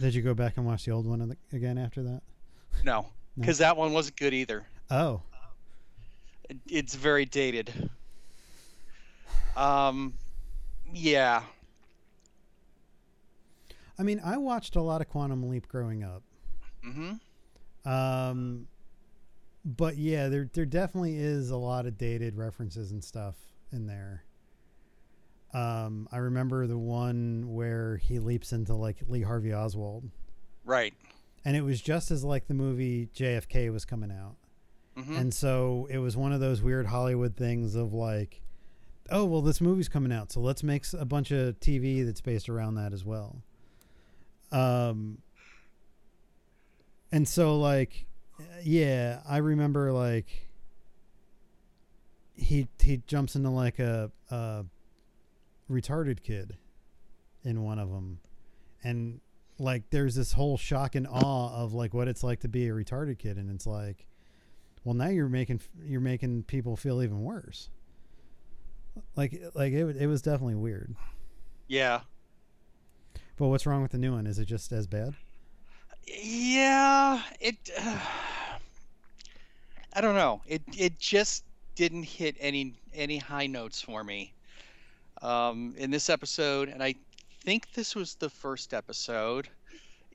Did you go back and watch the old one of the- again after that? No, No. because that one wasn't good either. Oh, It- It's very dated. Um, yeah, I mean, I watched a lot of Quantum Leap growing up. hmm Um, but yeah, there there definitely is a lot of dated references and stuff in there. Um, I remember the one where he leaps into like Lee Harvey Oswald, right. and it was just as like the movie JFK was coming out, hmm and so it was one of those weird Hollywood things of like, oh well, this movie's coming out, so let's make s- a bunch of TV that's based around that as well. Um, and so like yeah i remember like he he jumps into like a, a retarded kid in one of them and like there's this whole shock and awe of like what it's like to be a retarded kid and it's like well now you're making you're making people feel even worse like like it, wa- it was definitely weird Yeah, but what's wrong with the new one is it just as bad yeah. It. I don't know. It it just didn't hit any any high notes for me. Um, in this episode, and I think this was the first episode.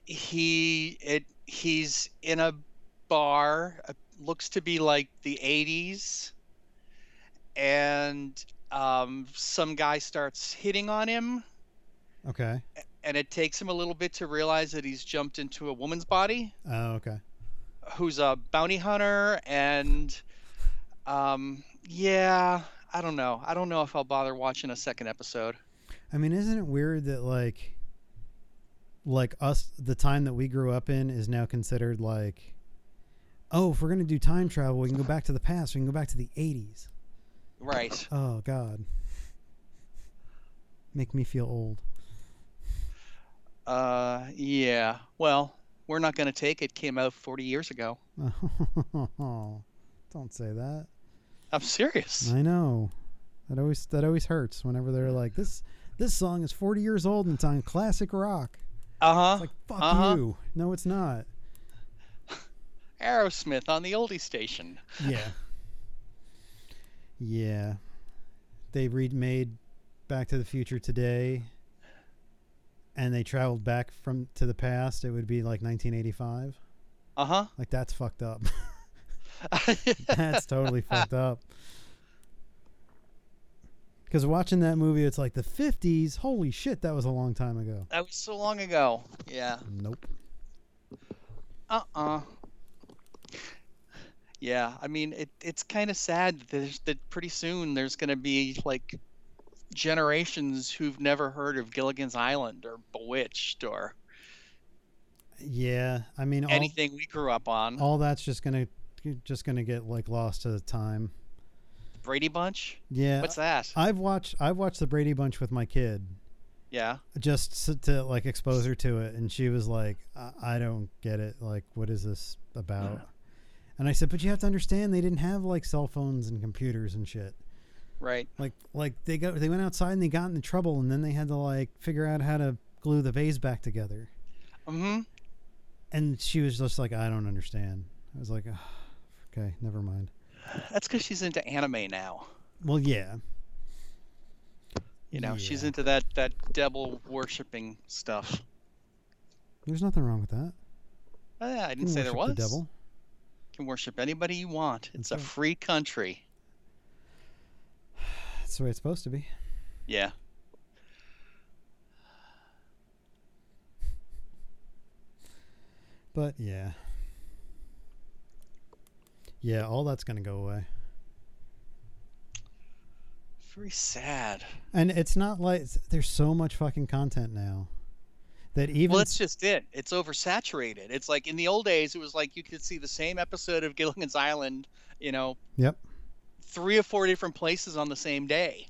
He it he's in a bar, a, looks to be like the 80s, and um, some guy starts hitting on him, Okay. and it takes him a little bit to realize that he's jumped into a woman's body Oh, okay. who's a bounty hunter, and um, yeah, I don't know. I don't know if I'll bother watching a second episode. I mean, isn't it weird that like like us the time that we grew up in is now considered like oh, if we're going to do time travel, we can go back to the past, we can go back to the 80s. Right. Oh god. Make me feel old. Uh, yeah. Well, we're not gonna take it. Came out 40 years ago. Don't say that. I'm serious. I know. That always that always hurts whenever they're like this this song is 40 years old and it's on classic rock. Uh huh. It's like fuck Uh-huh. you. No, it's not. Aerosmith on the oldie station. Yeah. Yeah. They remade Back to the Future today and they traveled back from to the past. It would be like 1985. Uh Like that's fucked up. huh. That's totally fucked up. Because watching that movie, it's like the 50s. Holy shit, that was a long time ago. that was so long ago. Yeah. Nope. Uh uh Yeah, I mean it. It's kind of sad that, there's, that pretty soon there's going to be like generations who've never heard of Gilligan's Island or Bewitched or Yeah, I mean, all, anything we grew up on. all that's just gonna just gonna get like lost to the time. Brady Bunch. Yeah, Uh. What's that? I've watched I've watched the Brady Bunch with my kid yeah. just s- to like expose her to it, and she was like, I, "I don't get it. Like, what is this about?" And I said, "But you have to understand, they didn't have like cell phones and computers and shit. Right. Like, like they go they went outside and they got into trouble, and then they had to like figure out how to glue the vase back together." Mm-hmm. And she was just like, "I don't understand." I was like, "Ugh, "Okay, never mind." That's because she's into anime now. Well, yeah. You know, she's Yeah. into that that devil worshipping stuff. There's nothing wrong with that. Oh, yeah, I You didn't say can there was. worship the devil. You can worship anybody you want. It's That's a right. free country. That's the way it's supposed to be. Yeah. But yeah, yeah, all that's gonna go away. Very sad. And it's not like it's- there's so much fucking content now that even well, that's just it. It's oversaturated. It's like in the old days, it was like you could see the same episode of Gilligan's Island, you know, Yep. three or four different places on the same day.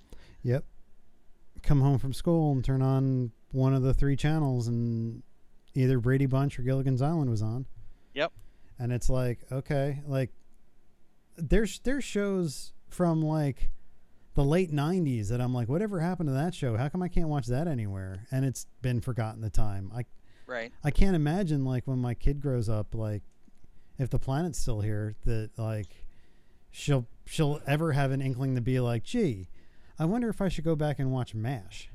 come home from school and turn on one of the three channels, and either Brady Bunch or Gilligan's Island was on. Yep. And it's like okay, like there's there's shows from like the late '90s that I'm like, whatever happened to that show? How come I can't watch that anywhere? And it's been forgotten the time. I Right. I can't imagine like when my kid grows up, like if the planet's still here, that like she'll she'll ever have an inkling to be like, gee, I wonder if I should go back and watch MASH.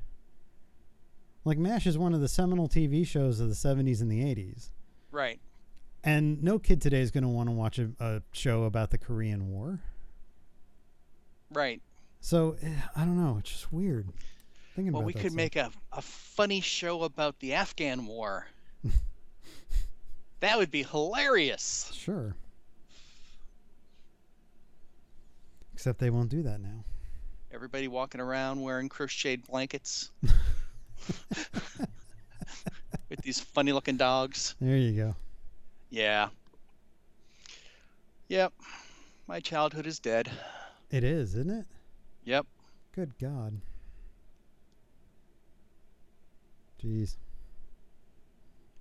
Like MASH is one of the seminal TV shows of the '70s and the '80s, Right. and no kid today is going to want to watch a, a show about the Korean War. Right. So eh, I don't know. It's just weird thinking Well, about we that could stuff. make a, a funny show about the Afghan War. that would be hilarious. Sure. Except they won't do that now. Everybody walking around wearing crocheted blankets with these funny looking dogs. There you go. Yeah. Yep. My childhood is dead. It is, isn't it? Yep. Good God. Jeez.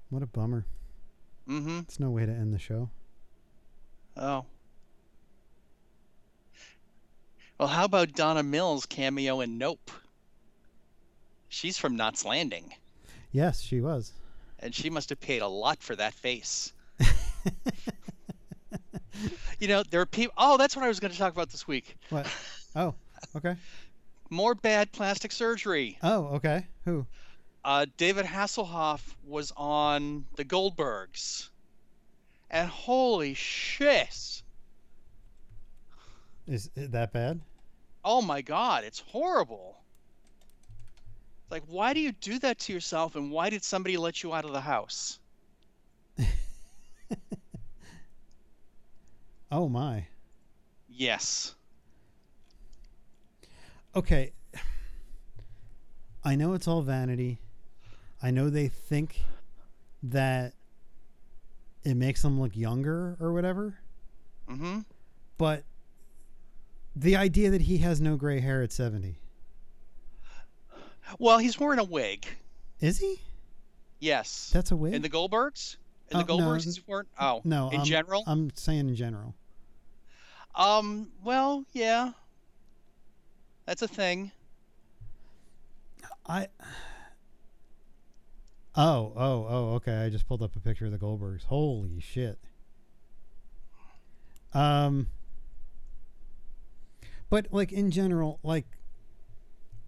What a bummer. Mm hmm. It's no way to end the show. Oh. Well, how about Donna Mills' cameo in Nope? She's from Knots Landing, Yes, she was. and she must have paid a lot for that face. You know, there are people. Oh, that's what I was going to talk about this week. what? Oh, okay. More bad plastic surgery. Oh, okay. Who? uh, David Hasselhoff was on The Goldbergs, and holy shit, Is it that bad? Oh my god, it's horrible. Like, why do you do that to yourself, and why did somebody let you out of the house? Oh my. Yes. Okay. I know it's all vanity. I know they think that it makes them look younger or whatever, Mm-hmm. but the idea that he has no gray hair at 70. Well, he's wearing a wig. Is he? Yes. That's a wig? In the Goldbergs? In the Oh, no. Goldbergs, he's wearing. Oh, no, um, uh, in I'm, general? I'm saying in general. Um, well, yeah. That's a thing. I. Oh, oh, oh, okay. I just pulled up a picture of the Goldbergs. Holy shit. Um. But, like, in general, like,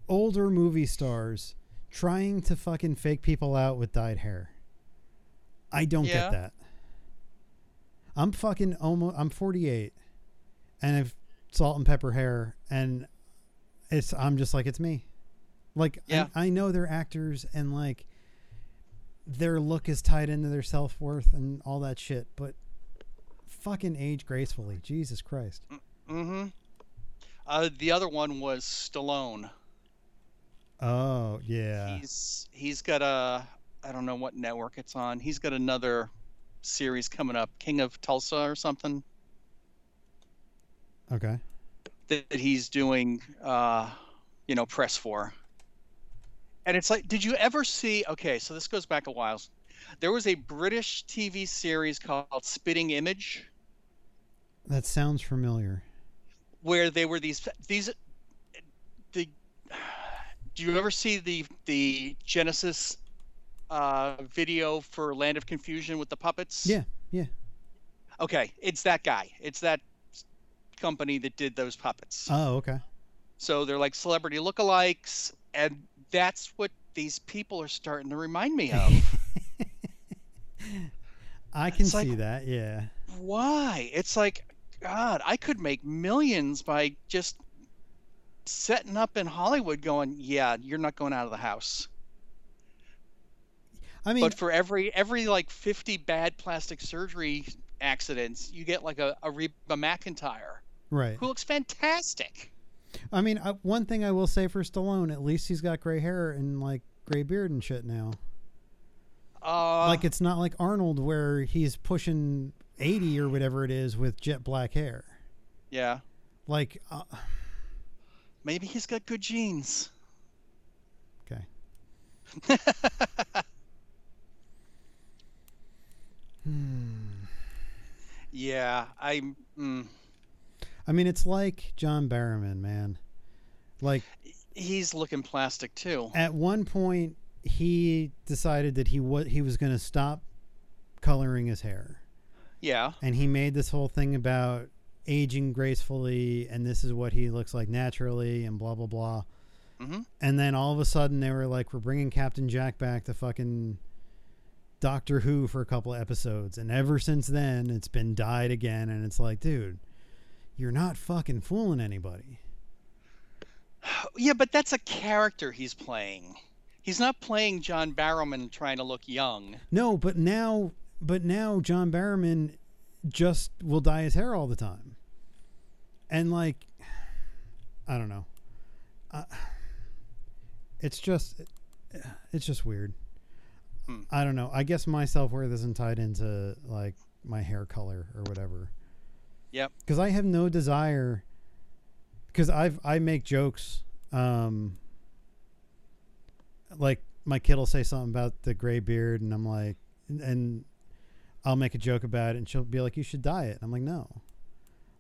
older movie stars trying to fucking fake people out with dyed hair. I don't Yeah. get that. I'm fucking almost, I'm 48 and I've salt and pepper hair and it's, I'm just like, it's me. Like Yeah. I, I know they're actors and like their look is tied into their self worth and all that shit, but fucking age gracefully. Jesus Christ. Mm-hmm. Uh, the other one was Stallone. Oh yeah. He's he's got a I don't know what network it's on. He's got another series coming up, King of Tulsa or something Okay. that, that he's doing. Uh, you know, press for. And it's like, did you ever see? Okay, so this goes back a while. There was a British TV series called Spitting Image. That sounds familiar. where they were these these the do you ever see the the genesis uh video for land of confusion with the puppets Yeah, yeah. okay it's that guy it's that company that did those puppets Oh, okay. so they're like celebrity lookalikes and that's what these people are starting to remind me of I can Um, It's like- see that. Yeah. why it's like god i could make millions by just setting up in hollywood going yeah you're not going out of the house I mean, but for every every like 50 bad plastic surgery accidents you get like a, a reba mcintyre right. who looks fantastic I mean, I, one thing I will say for Stallone, at least he's got gray hair and like gray beard and shit now. uh, like it's not like Arnold where he's pushing 80 or whatever it is with jet black hair. yeah Like uh, maybe he's got good genes okay. yeah i mm, I mean, it's like John Barrowman, man. Like he's looking plastic too at one point he decided that he was he was going to stop coloring his hair. yeah and he made this whole thing about aging gracefully and this is what he looks like naturally and blah blah blah Mhm. and then all of a sudden they were like we're bringing captain jack back to fucking doctor who for a couple of episodes and ever since then it's been dyed again and it's like dude you're not fucking fooling anybody yeah but that's a character he's playing he's not playing john barrowman trying to look young no but now but now john barrowman just will dye his hair all the time and like i don't know I it's just it's just weird Hmm. i don't know i guess my self-worth isn't tied into like my hair color or whatever Yep. because i have no desire because i've i make jokes um like my kid will say something about the gray beard and i'm like and- and i'll make a joke about it and she'll be like you should dye it and i'm like no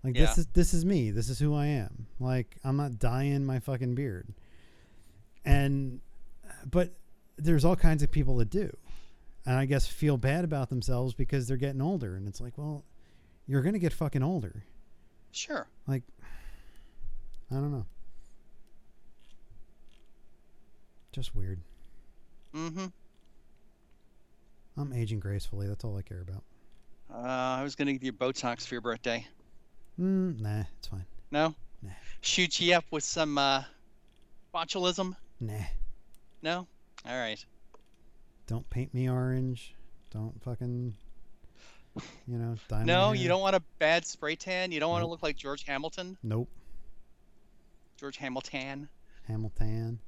like this Yeah. is this is me this is who i am like i'm not dyeing my fucking beard and but there's all kinds of people that do and i guess feel bad about themselves because they're getting older and it's like well you're gonna get fucking older sure i don't know just weird mm-hmm i'm aging gracefully that's all i care about uh, i was gonna give you botox for your birthday mm, nah it's fine No? Nah. Shoot you up with some uh, botulism? Nah, No? All right. don't paint me orange. Don't fucking, you know, dye my no, hair. you don't want a bad spray tan. You don't want to Nope. look like George Hamilton. Nope, George Hamilton. Hamilton.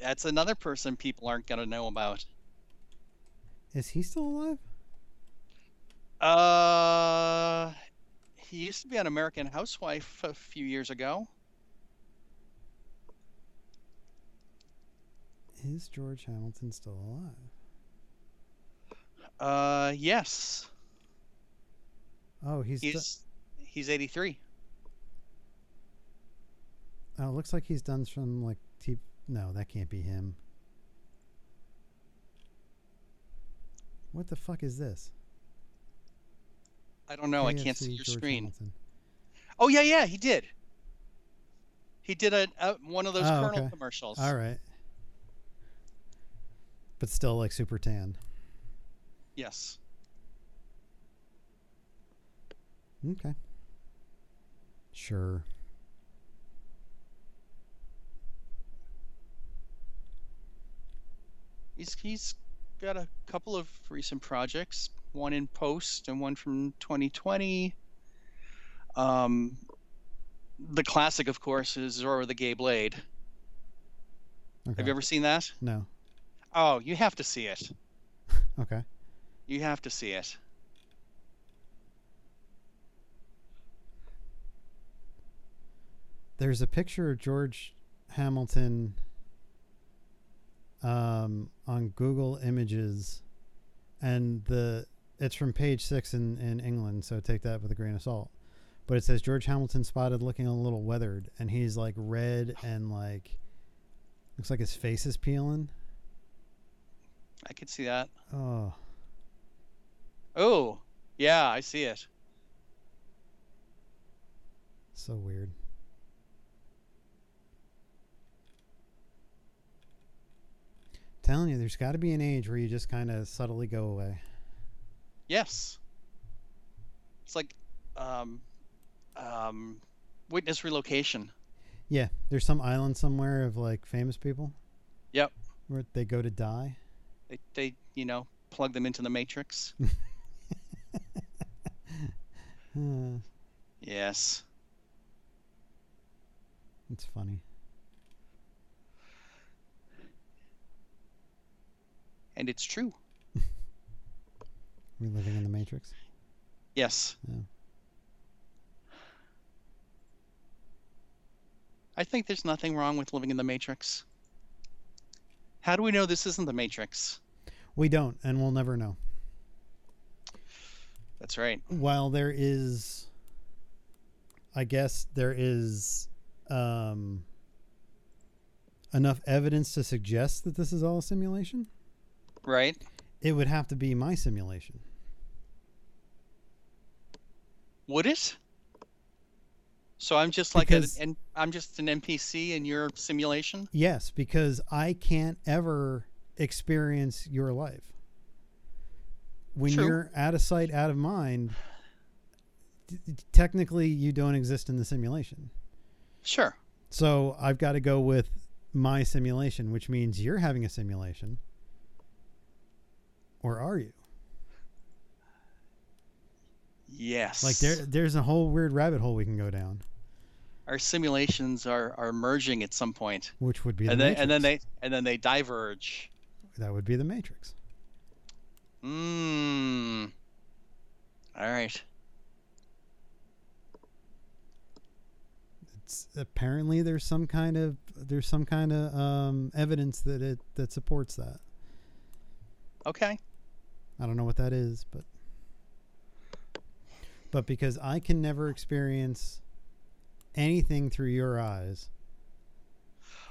That's another person people aren't going to know about. Is he still alive? Uh, he used to be on American Housewife a few years ago. Is George Hamilton still alive? Uh, yes. Oh, he's. do- He's he's 83. oh, it looks like he's done some like. T- no, that can't be him. What the fuck is this? I don't know. I can't see KFC your George screen. Hamilton. Oh yeah, yeah, he did. He did a, a one of those Oh, Colonel okay. commercials. All right. But still, like super tan. Yes. Okay. Sure. He's he's got a couple of recent projects, one in post and one from 2020. Um, the classic, of course, is Zorro the Gay Blade. Okay. Have you ever seen that? No. Oh, you have to see it. Okay. You have to see it. There's a picture of George Hamilton um, on Google Images, and the it's from page six in, in England, so take that with a grain of salt. But it says George Hamilton spotted looking a little weathered, and he's like red and like looks like his face is peeling. I could see that. Oh, Oh, yeah, I see it. so weird. Telling you, there's got to be an age where you just kind of subtly go away. Yes. It's like um, um, witness relocation. Yeah, there's some island somewhere of like famous people. Yep. Where they go to die. They, they you know, plug them into the matrix. Uh, yes. it's funny. And it's true. We're living in the Matrix. Yes. Yeah. I think there's nothing wrong with living in the matrix. How do we know this isn't the matrix? We don't, and we'll never know. That's right. while there is i guess there is um enough evidence to suggest that this is all a simulation Right? it would have to be my simulation Would it? So I'm just like an, Because- an I'm just an NPC in your simulation. yes because i can't ever experience your life when True. you're out of sight out of mind t- t- technically you don't exist in the simulation Sure. So I've got to go with my simulation, which means you're having a simulation. Or are you? Yes. Like there there's a whole weird rabbit hole we can go down, our simulations are are merging at some point, which would be the and then matrix. and then they and then they diverge. that would be the matrix. Mmm. All right. It's apparently there's some kind of there's some kind of um, evidence that it that supports that. Okay. I don't know what that is, but but because I can never experience anything through your eyes,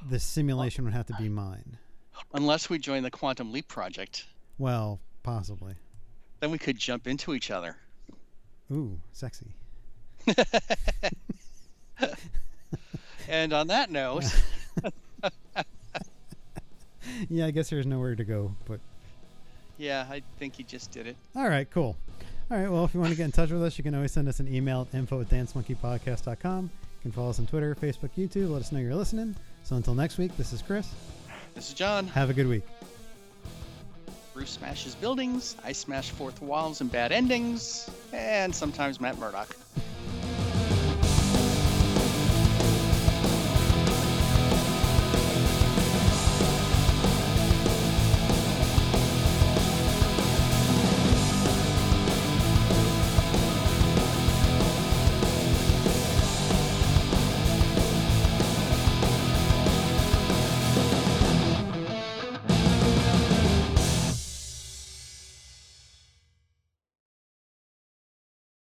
the simulation would have to be mine. Unless we join the Quantum Leap Project, Well, possibly. then we could jump into each other. Ooh, sexy. And on that note, Yeah, I guess there's nowhere to go, but yeah, I think you just did it. all right, cool. All right, well, if you want to get in touch with us, you can always send us an email at info at dancemonkeypodcast.com. You You can follow us on Twitter, Facebook, YouTube. Let us know you're listening. So until next week, this is Chris. This is John. Have a good week. Bruce smashes buildings. I smash fourth walls and bad endings. And sometimes Matt Murdock.